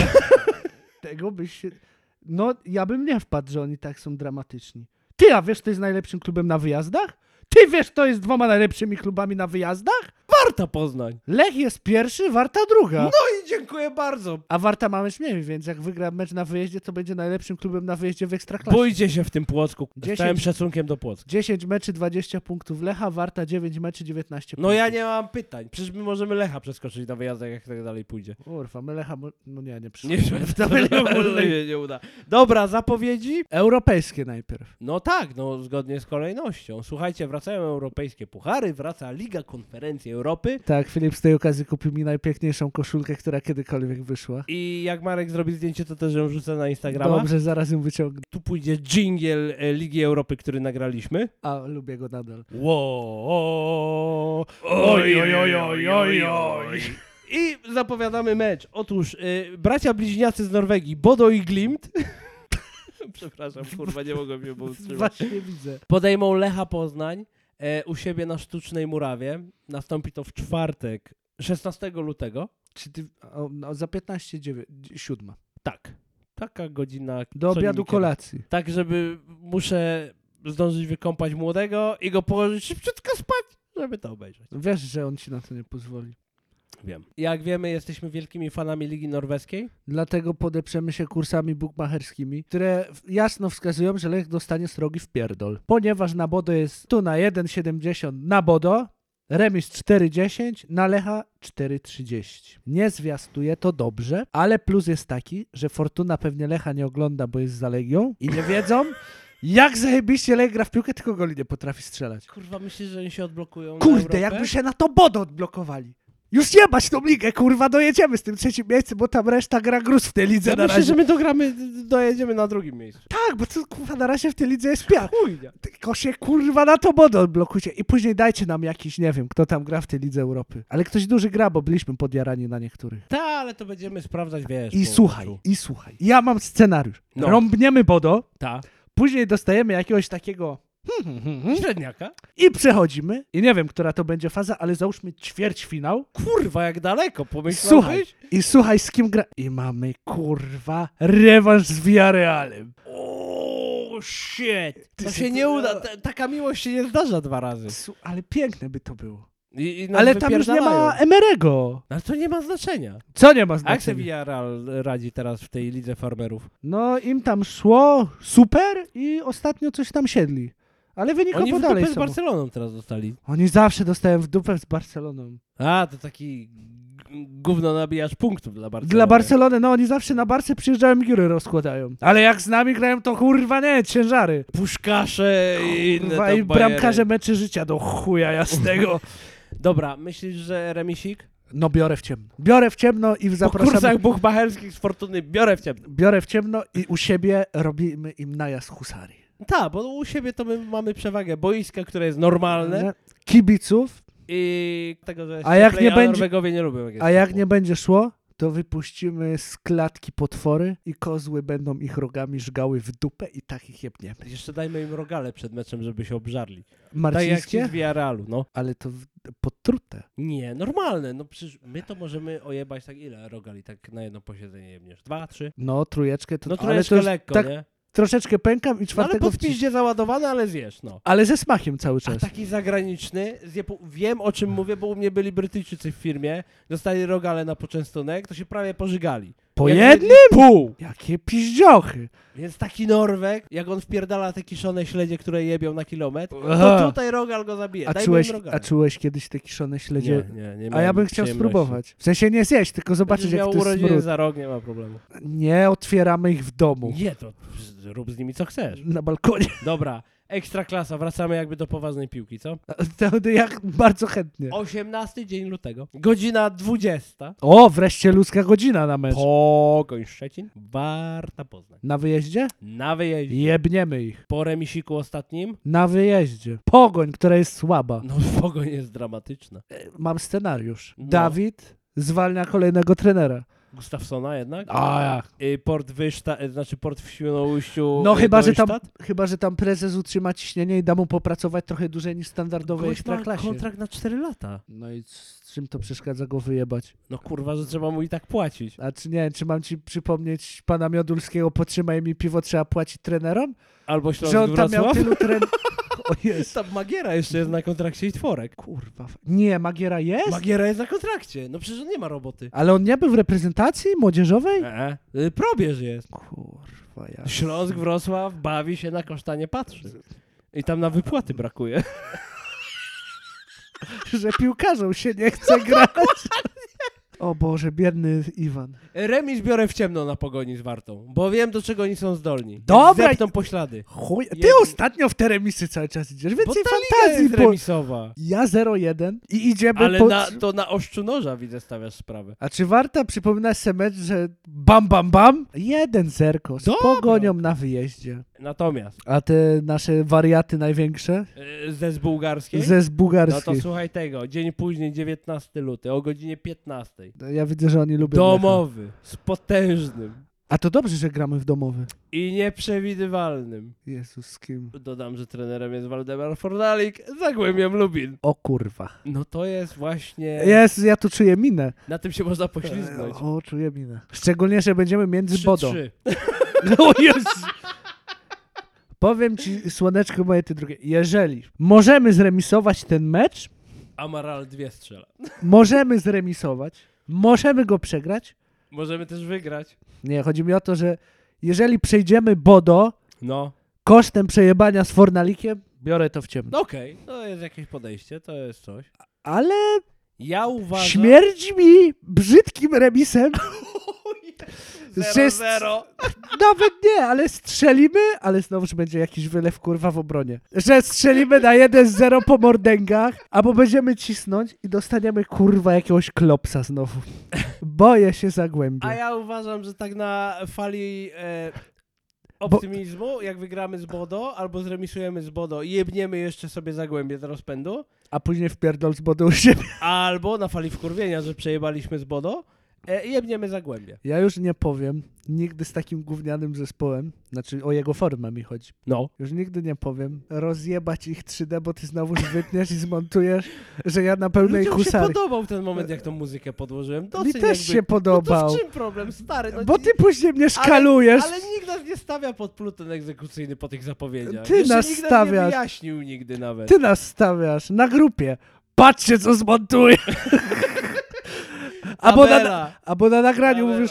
Speaker 2: Tego byś się... No, ja bym nie wpadł, że oni tak są dramatyczni. Ty, a wiesz, kto jest najlepszym klubem na wyjazdach? Ty wiesz, kto jest dwoma najlepszymi klubami na wyjazdach?
Speaker 1: Warta Poznań.
Speaker 2: Lech jest pierwszy, Warta druga.
Speaker 1: No i dziękuję bardzo.
Speaker 2: A Warta ma mecz mniej, więc jak wygra mecz na wyjeździe, to będzie najlepszym klubem na wyjeździe w Ekstraklasie.
Speaker 1: Bójcie się w tym Płocku. Z
Speaker 2: Dziesięć-
Speaker 1: całym szacunkiem do Płocka.
Speaker 2: 10 meczy, 20 punktów Lecha, Warta 9 meczy, 19 punktów.
Speaker 1: No ja nie mam pytań. Przecież my możemy Lecha przeskoczyć na wyjazdach, jak tak dalej pójdzie.
Speaker 2: Kurwa, my Lecha... mo- No nie, nie
Speaker 1: Nie
Speaker 2: przyszło.
Speaker 1: wiem,
Speaker 2: To byli ogólne-
Speaker 1: nie, nie uda. Dobra, zapowiedzi?
Speaker 2: Europejskie najpierw.
Speaker 1: No tak, no zgodnie z kolejnością. Słuchajcie, wracają europejskie puchary, wraca Liga Konferencji Europy
Speaker 2: Tak, Filip z tej okazji kupił mi najpiękniejszą koszulkę, która kiedykolwiek wyszła.
Speaker 1: i jak Marek zrobi zdjęcie, to też ją wrzucę na Instagrama.
Speaker 2: Dobrze, zaraz ją wyciągnę.
Speaker 1: Tu pójdzie dżingiel e, Ligi Europy, który nagraliśmy.
Speaker 2: A lubię go nadal.
Speaker 1: Ło! Oj, oj, oj, oj, oj, oj. I zapowiadamy mecz. Otóż y, bracia bliźniacy z Norwegii, Bodo i Glimt. Przepraszam, kurwa, nie mogłem się powstrzymać.
Speaker 2: Właśnie widzę.
Speaker 1: Podejmą Lecha Poznań e, u siebie na Sztucznej Murawie. Nastąpi to w czwartek, 16 lutego.
Speaker 2: Czy ty, o, no, za 15, 9, 7.
Speaker 1: Tak. Taka godzina.
Speaker 2: Do
Speaker 1: co
Speaker 2: obiadu
Speaker 1: nimi kiedy.
Speaker 2: kolacji.
Speaker 1: Tak, żeby muszę zdążyć wykąpać młodego i go położyć szybciutko spać, żeby to obejrzeć.
Speaker 2: Wiesz, że on ci na to nie pozwoli.
Speaker 1: Wiem. Jak wiemy, jesteśmy wielkimi fanami Ligi Norweskiej.
Speaker 2: Dlatego podeprzemy się kursami bukmacherskimi, które w- jasno wskazują, że Lech dostanie srogi w pierdol. Ponieważ na Bodo jest tu na 1,70 na Bodo, remis 4,10, na Lecha 4,30. Nie zwiastuje to dobrze, ale plus jest taki, że Fortuna pewnie Lecha nie ogląda, bo jest za Legią i nie wiedzą, jak zajebiście Lech gra w piłkę, tylko goli nie potrafi strzelać.
Speaker 1: Kurwa, myślisz, że oni się odblokują? na
Speaker 2: Kurde,
Speaker 1: Europę?
Speaker 2: jakby się na to Bodo odblokowali. Już jebać tą ligę, kurwa, dojedziemy z tym trzecim miejscem, bo tam reszta gra gruz w tej lidze
Speaker 1: Ja
Speaker 2: na
Speaker 1: myślę,
Speaker 2: razie.
Speaker 1: że my dogramy, dojedziemy na drugim miejscu.
Speaker 2: Tak, bo to kurwa na razie w tej lidze jest piach.
Speaker 1: Chujnia.
Speaker 2: Tylko się kurwa na to modo odblokujcie i później dajcie nam jakiś, nie wiem, kto tam gra w tej lidze Europy. Ale ktoś duży gra, bo byliśmy podjarani na niektórych.
Speaker 1: Tak, ale to będziemy sprawdzać, wiesz.
Speaker 2: I
Speaker 1: po
Speaker 2: słuchaj,
Speaker 1: meczu.
Speaker 2: i słuchaj. Ja mam scenariusz.
Speaker 1: No.
Speaker 2: Rąbniemy Bodo,
Speaker 1: Ta.
Speaker 2: później dostajemy jakiegoś takiego Mhm.
Speaker 1: Średniaka?
Speaker 2: I przechodzimy. I nie wiem, która to będzie faza, ale załóżmy ćwierćfinał.
Speaker 1: Kurwa, jak daleko, pomyślałeś?
Speaker 2: Słuchaj, i słuchaj z kim gra... I mamy, kurwa, rewanż z Villarrealem.
Speaker 1: O, shit. To
Speaker 2: Ty
Speaker 1: się
Speaker 2: się-
Speaker 1: nie uda, ta, taka miłość się nie zdarza dwa razy.
Speaker 2: Su- Ale piękne by to było.
Speaker 1: I, i nas
Speaker 2: Ale tam już nie ma
Speaker 1: No, wypierdalają.
Speaker 2: Emerego.
Speaker 1: Ale to nie ma znaczenia.
Speaker 2: Co nie ma
Speaker 1: A jak sobie
Speaker 2: znaczenia?
Speaker 1: Villarreal radzi teraz w tej lidze farmerów?
Speaker 2: No im tam szło super i ostatnio coś tam siedli. Ale
Speaker 1: Oni
Speaker 2: wynikowo
Speaker 1: w
Speaker 2: dalej
Speaker 1: dupę
Speaker 2: są.
Speaker 1: z Barceloną teraz dostali.
Speaker 2: Oni zawsze dostałem w dupę z Barceloną.
Speaker 1: A, to taki gówno nabijasz punktów dla Barcelony.
Speaker 2: Dla Barcelony, no oni zawsze na Barce przyjeżdżają i góry rozkładają. Ale jak z nami grają, to kurwa nie, ciężary.
Speaker 1: Puszkasze i inne
Speaker 2: Kurwa,
Speaker 1: tam
Speaker 2: i
Speaker 1: bajery.
Speaker 2: bramkarze meczy życia do chuja jasnego.
Speaker 1: Dobra, myślisz, że remisik?
Speaker 2: No biorę w ciemno. Biorę w ciemno i
Speaker 1: Po kursach
Speaker 2: zapraszam.
Speaker 1: buchmacherskich z Fortuny biorę w ciemno.
Speaker 2: Biorę w ciemno i u siebie robimy im najazd husarii.
Speaker 1: Tak, bo u siebie to my mamy przewagę boiska, które jest normalne
Speaker 2: Kibiców,
Speaker 1: i tego, że
Speaker 2: A jak nie
Speaker 1: playa
Speaker 2: będzie-
Speaker 1: Norwegowie nie lubią. jest
Speaker 2: a jak
Speaker 1: ciepło.
Speaker 2: nie będzie szło, to wypuścimy z klatki potwory i kozły będą ich rogami żgały w dupę i tak ich jebniemy.
Speaker 1: Jeszcze dajmy im rogale przed meczem, żeby się obżarli. Tak jak ci
Speaker 2: Marcińskie?
Speaker 1: z Villarrealu, no.
Speaker 2: Ale to w- podtrute.
Speaker 1: Nie, normalne, no przecież my to możemy ojebać tak ile rogali tak na jedno posiedzenie jebniesz? Dwa, trzy?
Speaker 2: No, trójeczkę to...
Speaker 1: No
Speaker 2: ale to
Speaker 1: troszeczkę
Speaker 2: już
Speaker 1: lekko,
Speaker 2: tak
Speaker 1: nie?
Speaker 2: troszeczkę pękam i
Speaker 1: No, ale
Speaker 2: czwartego...
Speaker 1: pod
Speaker 2: wci-
Speaker 1: piździe załadowane, ale zjesz, no.
Speaker 2: ale ze smakiem cały
Speaker 1: A tak,
Speaker 2: czas.
Speaker 1: taki zagraniczny, z Japo- wiem o czym mówię, bo u mnie byli Brytyjczycy w firmie, dostali rogale na poczęstunek, to się prawie pożygali.
Speaker 2: Po
Speaker 1: Jak
Speaker 2: jednym?
Speaker 1: Pół!
Speaker 2: Jakie piździochy!
Speaker 1: Więc taki Norwek, jak on wpierdala te kiszone śledzie, które jebią na kilometr,
Speaker 2: Aha.
Speaker 1: to tutaj rogal go zabije.
Speaker 2: A
Speaker 1: Dajmy
Speaker 2: czułeś,
Speaker 1: im rogale.
Speaker 2: a czułeś kiedyś te kiszone śledzie?
Speaker 1: nie, nie, nie
Speaker 2: A ja
Speaker 1: miałem
Speaker 2: bym chciał
Speaker 1: przyjemności.
Speaker 2: spróbować. W sensie nie zjeść, tylko zobaczyć
Speaker 1: Będziesz
Speaker 2: jak
Speaker 1: miał
Speaker 2: to jest
Speaker 1: urodziny
Speaker 2: smród.
Speaker 1: za rok, nie ma problemu.
Speaker 2: Nie otwieramy ich w domu.
Speaker 1: Nie, to rób z nimi co chcesz.
Speaker 2: Na balkonie.
Speaker 1: Dobra, ekstra klasa, wracamy jakby do poważnej piłki, co?
Speaker 2: To jak bardzo chętnie.
Speaker 1: 18 dzień lutego, godzina 20.
Speaker 2: O, wreszcie ludzka godzina na mecz.
Speaker 1: Pogoń Szczecin, Warta Poznań.
Speaker 2: Na wyjeździe?
Speaker 1: Na wyjeździe,
Speaker 2: Jebniemy ich.
Speaker 1: po remisiku ostatnim,
Speaker 2: Na wyjeździe. Pogoń, która jest słaba.
Speaker 1: no pogoń jest dramatyczna.
Speaker 2: Mam scenariusz.
Speaker 1: No.
Speaker 2: Dawid zwalnia kolejnego trenera.
Speaker 1: Gustafsona jednak?
Speaker 2: A jak?
Speaker 1: Y, Port Wyszta, y, znaczy port w Świnoujściu.
Speaker 2: No
Speaker 1: y,
Speaker 2: chyba że, tam,
Speaker 1: Neustadt?
Speaker 2: chyba, że tam prezes utrzyma ciśnienie i da mu popracować trochę dłużej niż standardowej
Speaker 1: Gość ma
Speaker 2: ekstraklasie.
Speaker 1: kontrakt na 4 lata.
Speaker 2: No i z czym to przeszkadza go wyjebać?
Speaker 1: No kurwa, że trzeba mu i tak płacić.
Speaker 2: A czy nie, czy mam ci przypomnieć pana Miodulskiego, potrzymaj mi piwo, trzeba płacić trenerom?
Speaker 1: Albo Śląsk
Speaker 2: Że on tam miał
Speaker 1: Wrocław.
Speaker 2: tylu trenerów. O jest.
Speaker 1: Tam Magiera jeszcze jest na kontrakcie i Tworek.
Speaker 2: Kurwa. Nie, Magiera jest?
Speaker 1: Magiera jest na kontrakcie, no przecież on nie ma roboty.
Speaker 2: Ale on nie był w reprezentacji młodzieżowej?
Speaker 1: E, y, probierz jest.
Speaker 2: Kurwa,
Speaker 1: Tak.
Speaker 2: ja.
Speaker 1: Śląsk Wrocław bawi się na kosztanie patrzy. I tam na wypłaty brakuje.
Speaker 2: Że piłkarzom się nie chce
Speaker 1: No
Speaker 2: grać. O Boże, biedny Iwan.
Speaker 1: Remis biorę w ciemno na pogoni z Wartą, bo wiem do czego oni są zdolni.
Speaker 2: Dobra.
Speaker 1: Zepną poślady.
Speaker 2: Chuj, ty
Speaker 1: Jed-
Speaker 2: ostatnio w te remisy cały czas idziesz,
Speaker 1: Bo
Speaker 2: więcej
Speaker 1: ta liga
Speaker 2: fantazji,
Speaker 1: jest
Speaker 2: bo
Speaker 1: remisowa.
Speaker 2: ja 0-1 i idziemy
Speaker 1: Ale
Speaker 2: pod...
Speaker 1: na, to na oszczu noża widzę stawiasz sprawę.
Speaker 2: A czy warta przypominać sobie mecz, że bam, bam, bam? Jeden zerko z
Speaker 1: Dobra.
Speaker 2: pogonią na wyjeździe.
Speaker 1: Natomiast
Speaker 2: A te nasze wariaty największe?
Speaker 1: y, ze z bułgarskiej?
Speaker 2: Ze z
Speaker 1: no to
Speaker 2: bułgarskiej.
Speaker 1: słuchaj tego, dzień później, 19 luty, o godzinie 15.
Speaker 2: Ja widzę, że oni lubią mecha.
Speaker 1: Domowy, z potężnym
Speaker 2: A to dobrze, że gramy w domowy.
Speaker 1: i nieprzewidywalnym.
Speaker 2: Jezus, z kim?
Speaker 1: Dodam, że trenerem jest Waldemar Fornalik, Zagłębiam Lubin.
Speaker 2: O kurwa.
Speaker 1: No to jest właśnie...
Speaker 2: Jezus, E, ja tu czuję minę.
Speaker 1: Na tym się można poślizgnąć.
Speaker 2: O, czuję minę. Szczególnie, że będziemy między bodą. No
Speaker 1: 3-3.
Speaker 2: O Jezus. Powiem ci, słoneczko moje, ty drugie. Jeżeli możemy zremisować ten mecz,
Speaker 1: Amaral dwie strzela.
Speaker 2: możemy zremisować, możemy go przegrać,
Speaker 1: Możemy też wygrać.
Speaker 2: Nie, chodzi mi o to, że jeżeli przejdziemy Bodo
Speaker 1: No.
Speaker 2: kosztem przejebania z Fornalikiem, biorę to w ciemno.
Speaker 1: No okej, to jest jakieś podejście, to jest coś.
Speaker 2: Ale
Speaker 1: Ja uważam...
Speaker 2: śmierdzi mi brzydkim remisem. że
Speaker 1: Zero,
Speaker 2: s-
Speaker 1: zero.
Speaker 2: Nawet nie, ale strzelimy, ale znowuż będzie jakiś wylew kurwa w obronie. Że strzelimy na 1-0 po mordęgach, albo będziemy cisnąć i dostaniemy kurwa jakiegoś klopsa znowu. Boję się zagłębię.
Speaker 1: A ja uważam, że tak na fali e, optymizmu, jak wygramy z Bodo, albo zremisujemy z Bodo i jebniemy jeszcze sobie zagłębie z rozpędu,
Speaker 2: A później wpierdol z Bodo u siebie.
Speaker 1: albo na fali wkurwienia, że przejebaliśmy z Bodo, E, jebniemy Zagłębie.
Speaker 2: Ja już nie powiem nigdy z takim gównianym zespołem, znaczy o jego formę mi chodzi.
Speaker 1: No.
Speaker 2: Już nigdy nie powiem. Rozjebać ich 3D, bo ty znowu wytniesz i zmontujesz, że ja na pełnej
Speaker 1: Ludziom się
Speaker 2: husarki.
Speaker 1: podobał ten moment, jak tą muzykę podłożyłem. Doceń,
Speaker 2: Mi też
Speaker 1: jakby-
Speaker 2: się
Speaker 1: No
Speaker 2: podobał.
Speaker 1: to w czym problem, stary? No,
Speaker 2: Bo ty później mnie
Speaker 1: Ale-
Speaker 2: szkalujesz.
Speaker 1: Ale nikt nas nie stawia pod pluton egzekucyjny po tych zapowiedziach.
Speaker 2: Ty
Speaker 1: Jeszcze
Speaker 2: nas
Speaker 1: nikt Nas
Speaker 2: stawiasz.
Speaker 1: nie wyjaśnił nigdy nawet.
Speaker 2: Ty nas stawiasz na grupie. Patrzcie, co zmontuję. Albo na,
Speaker 1: Tabela.
Speaker 2: albo na nagraniu
Speaker 1: Tabela.
Speaker 2: mówisz,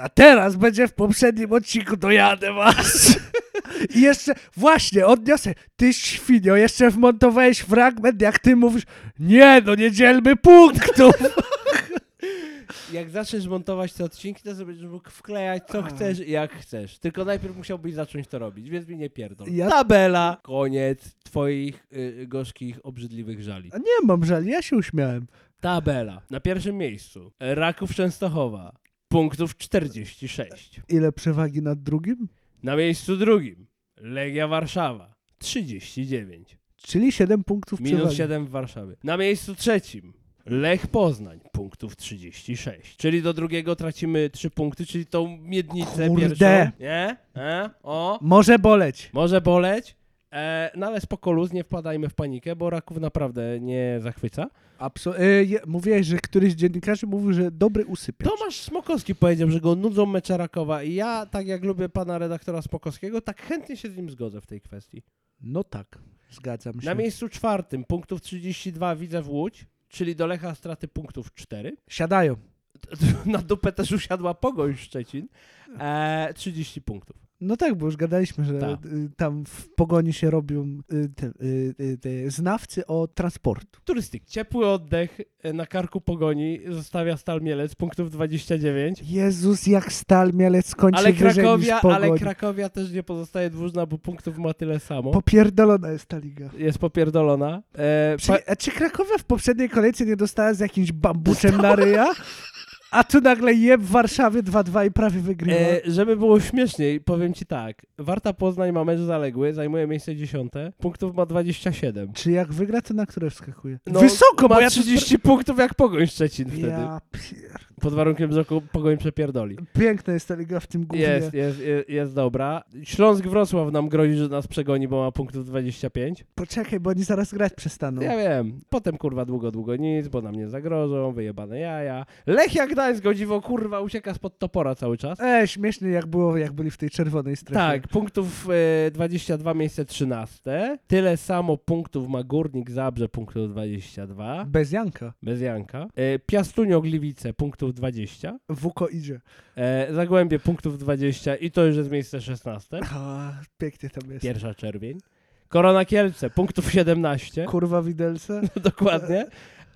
Speaker 2: a teraz będzie w poprzednim odcinku, dojadę was. I jeszcze, właśnie, odniosę, ty świnio, jeszcze wmontowałeś fragment, jak ty mówisz, nie, no nie dzielmy punktów.
Speaker 1: Jak zaczniesz montować te odcinki, to sobie będziesz mógł wklejać co chcesz i jak chcesz. Tylko najpierw musiałbyś zacząć to robić, więc mi nie pierdol.
Speaker 2: Ja-
Speaker 1: Tabela. Koniec twoich y, gorzkich, obrzydliwych żali.
Speaker 2: A nie mam żali, ja się uśmiałem.
Speaker 1: Tabela. Na pierwszym miejscu Raków Częstochowa. Punktów 46.
Speaker 2: Ile przewagi nad drugim?
Speaker 1: Na miejscu drugim Legia Warszawa. 39.
Speaker 2: Czyli 7 punktów
Speaker 1: Minus
Speaker 2: przewagi.
Speaker 1: 7 w Warszawie. Na miejscu trzecim Lech Poznań, punktów 36. Czyli do drugiego tracimy 3 punkty, czyli tą miednicę
Speaker 2: Kurde.
Speaker 1: pierwszą. Nie? E? O?
Speaker 2: Może boleć.
Speaker 1: Może boleć, e, no ale spoko luz, nie wpadajmy w panikę, bo Raków naprawdę nie zachwyca.
Speaker 2: Absu- y, je- mówiłeś, że któryś z dziennikarzy mówił, że dobry usypia.
Speaker 1: Tomasz Smokowski powiedział, że go nudzą mecze Rakowa i ja, tak jak lubię pana redaktora Smokowskiego, tak chętnie się z nim zgodzę w tej kwestii.
Speaker 2: No tak, zgadzam się.
Speaker 1: Na miejscu czwartym punktów 32 widzę w Łódź, czyli do Lecha straty punktów 4.
Speaker 2: Siadają.
Speaker 1: na dupę też usiadła Pogoń Szczecin. E, 30 punktów.
Speaker 2: No tak, bo już gadaliśmy, że
Speaker 1: Tak.
Speaker 2: y, tam w pogoni się robią y, te, y, y, te znawcy o transportu.
Speaker 1: Turystyk. Ciepły oddech e, na karku Pogoni zostawia Stal Mielec, punktów 29.
Speaker 2: Jezus, jak stal mielec kończy
Speaker 1: Ale
Speaker 2: wyżej
Speaker 1: Krakowia,
Speaker 2: niż pogoń.
Speaker 1: ale Krakowia też nie pozostaje dłużna, bo punktów ma tyle samo.
Speaker 2: Popierdolona jest ta liga.
Speaker 1: Jest popierdolona. E,
Speaker 2: Czy,
Speaker 1: pa-
Speaker 2: a czy Krakowia w poprzedniej kolejce nie dostała z jakimś bambuczem na ryja? A tu nagle jeb Warszawy 2-2 i prawie wygrywa.
Speaker 1: e, żeby było śmieszniej, powiem ci tak. Warta Poznań ma mecz zaległy, zajmuje miejsce 10. Punktów ma 27.
Speaker 2: Czy jak wygra, to na które wskakuje?
Speaker 1: No,
Speaker 2: Wysoko,
Speaker 1: ma
Speaker 2: bo ja
Speaker 1: 30 punktów jak Pogoń Szczecin
Speaker 2: Tu...
Speaker 1: wtedy.
Speaker 2: Ja pier...
Speaker 1: Pod warunkiem, że ko- Pogoń przepierdoli.
Speaker 2: Piękna jest ta liga w tym głównie.
Speaker 1: Jest, jest, jest, jest dobra. Śląsk Wrocław nam grozi, że nas przegoni, bo ma punktów 25.
Speaker 2: Poczekaj, bo oni zaraz grać przestaną.
Speaker 1: Ja wiem. Potem kurwa długo, długo nic, bo nam nie zagrożą, wyjebane jaja. Lechia Gdańsk, o dziwo kurwa, ucieka spod topora cały czas.
Speaker 2: E, śmiesznie jak było, jak byli w tej czerwonej strefie.
Speaker 1: Tak, punktów e, 22, miejsce 13. Tyle samo punktów ma Górnik Zabrze, punktów 22.
Speaker 2: Bez Janka.
Speaker 1: Bez Janka. E, Piastunio Gliwice, punktów 20.
Speaker 2: Wuko idzie.
Speaker 1: E, Zagłębie, punktów 20 i to już jest miejsce 16.
Speaker 2: A, pięknie tam jest.
Speaker 1: Pierwsza czerwień. Korona Kielce, punktów 17.
Speaker 2: Kurwa widelce.
Speaker 1: Dokładnie.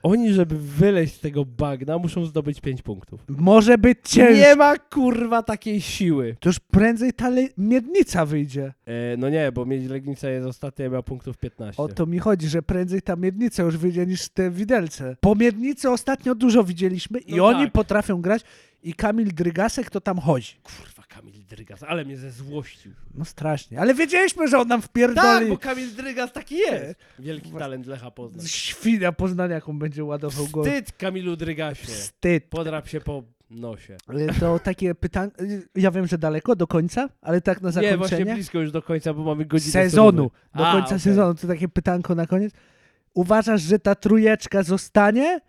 Speaker 1: Oni, żeby wyleźć z tego bagna, muszą zdobyć 5 punktów.
Speaker 2: Może być ciężko.
Speaker 1: Nie ma kurwa takiej siły.
Speaker 2: To już prędzej ta le- miednica wyjdzie.
Speaker 1: E, no nie, bo Miedź Legnica jest ostatnia, miała punktów 15.
Speaker 2: O to mi chodzi, że prędzej ta miednica już wyjdzie niż te widelce. Po miednicy ostatnio dużo widzieliśmy i
Speaker 1: No
Speaker 2: oni
Speaker 1: tak.
Speaker 2: potrafią grać i Kamil Drygasek to tam chodzi.
Speaker 1: Kurwa, Kamil Drygas, ale mnie zezłościł.
Speaker 2: No strasznie. Ale wiedzieliśmy, że on nam
Speaker 1: Tak,
Speaker 2: wpierdoli.
Speaker 1: bo Kamil Drygas taki jest. Wielki talent Lecha Poznań.
Speaker 2: Świnia Poznania, jaką będzie ładował go.
Speaker 1: Wstyd Kamilu Drygasie.
Speaker 2: Wstyd.
Speaker 1: Podrap się po nosie.
Speaker 2: Y, To takie pytanie. y, Ja wiem, że daleko do końca, ale tak na
Speaker 1: Nie, właśnie
Speaker 2: zakończenie
Speaker 1: blisko już do końca, bo mamy godzinę.
Speaker 2: sezonu.
Speaker 1: sumy.
Speaker 2: Do
Speaker 1: A,
Speaker 2: końca
Speaker 1: okej.
Speaker 2: sezonu to takie pytanko na koniec. Uważasz, że ta trójeczka zostanie?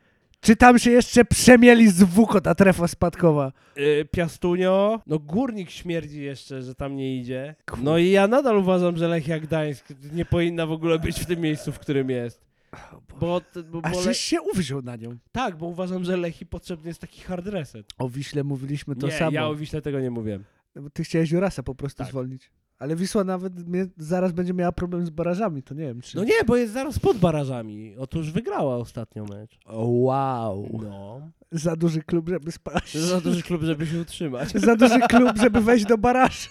Speaker 2: Czy tam się jeszcze przemieli z WUKO ta trefa spadkowa?
Speaker 1: Y, Piastunio, no górnik śmierdzi jeszcze, że tam nie idzie. No i ja nadal uważam, że Lechia Gdańsk nie powinna w ogóle być w tym miejscu, w którym jest. Bo, t- bo,
Speaker 2: A
Speaker 1: bo le...
Speaker 2: żeś się uwziął na nią.
Speaker 1: Tak, bo uważam, że Lechi potrzebny jest taki hard reset.
Speaker 2: O Wiśle mówiliśmy to
Speaker 1: nie,
Speaker 2: samo.
Speaker 1: ja o Wiśle tego nie mówiłem.
Speaker 2: No bo Ty chciałeś Jurasa po prostu
Speaker 1: Tak.
Speaker 2: zwolnić. Ale Wisła nawet mnie, zaraz będzie miała problem z barażami, to nie wiem czy...
Speaker 1: No nie, bo jest zaraz pod barażami. Otóż wygrała ostatnio mecz.
Speaker 2: Wow.
Speaker 1: No.
Speaker 2: Za duży klub, żeby spaść.
Speaker 1: To jest za duży klub, żeby się utrzymać.
Speaker 2: Za duży klub, żeby wejść do baraży.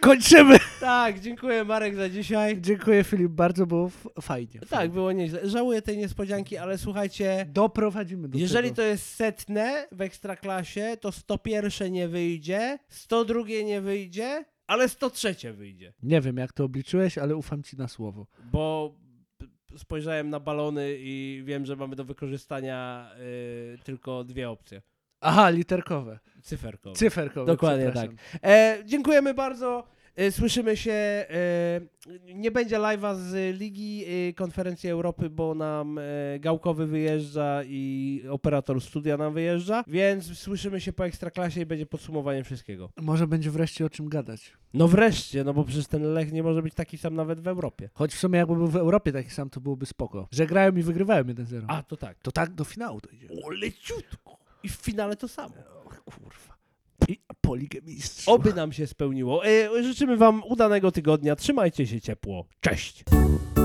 Speaker 2: Kończymy.
Speaker 1: tak, dziękuję Marek za dzisiaj.
Speaker 2: Dziękuję Filip bardzo, było f- fajnie.
Speaker 1: Tak, było nieźle. Żałuję tej niespodzianki, ale słuchajcie,
Speaker 2: Doprowadzimy do
Speaker 1: Jeżeli
Speaker 2: tego.
Speaker 1: to jest setne w ekstraklasie, to 101 nie wyjdzie, 102 nie wyjdzie, ale 103 wyjdzie.
Speaker 2: Nie wiem jak to obliczyłeś, ale ufam ci na słowo.
Speaker 1: Bo p- p- spojrzałem na balony i wiem, że mamy do wykorzystania y, tylko dwie opcje.
Speaker 2: Aha, literkowe.
Speaker 1: Cyferkowe.
Speaker 2: Cyferkowe.
Speaker 1: Dokładnie
Speaker 2: przepraszam.
Speaker 1: E, dziękujemy bardzo. E, Słyszymy się. E, nie będzie live'a z Ligi e, Konferencji Europy, bo nam e, Gałkowy wyjeżdża i operator studia nam wyjeżdża, więc słyszymy się po Ekstraklasie i będzie podsumowanie wszystkiego.
Speaker 2: Może będzie wreszcie o czym gadać.
Speaker 1: No wreszcie, no bo przecież ten Lech nie może być taki sam nawet w Europie.
Speaker 2: Choć w sumie jakby był w Europie taki sam, to byłoby spoko. Że grają i wygrywają 1-0.
Speaker 1: A, to tak.
Speaker 2: To tak do finału dojdzie.
Speaker 1: O, leciutko. I w finale to samo.
Speaker 2: Och, kurwa. I poligemistrzy.
Speaker 1: Oby nam się spełniło. E, życzymy wam udanego tygodnia. Trzymajcie się ciepło. Cześć!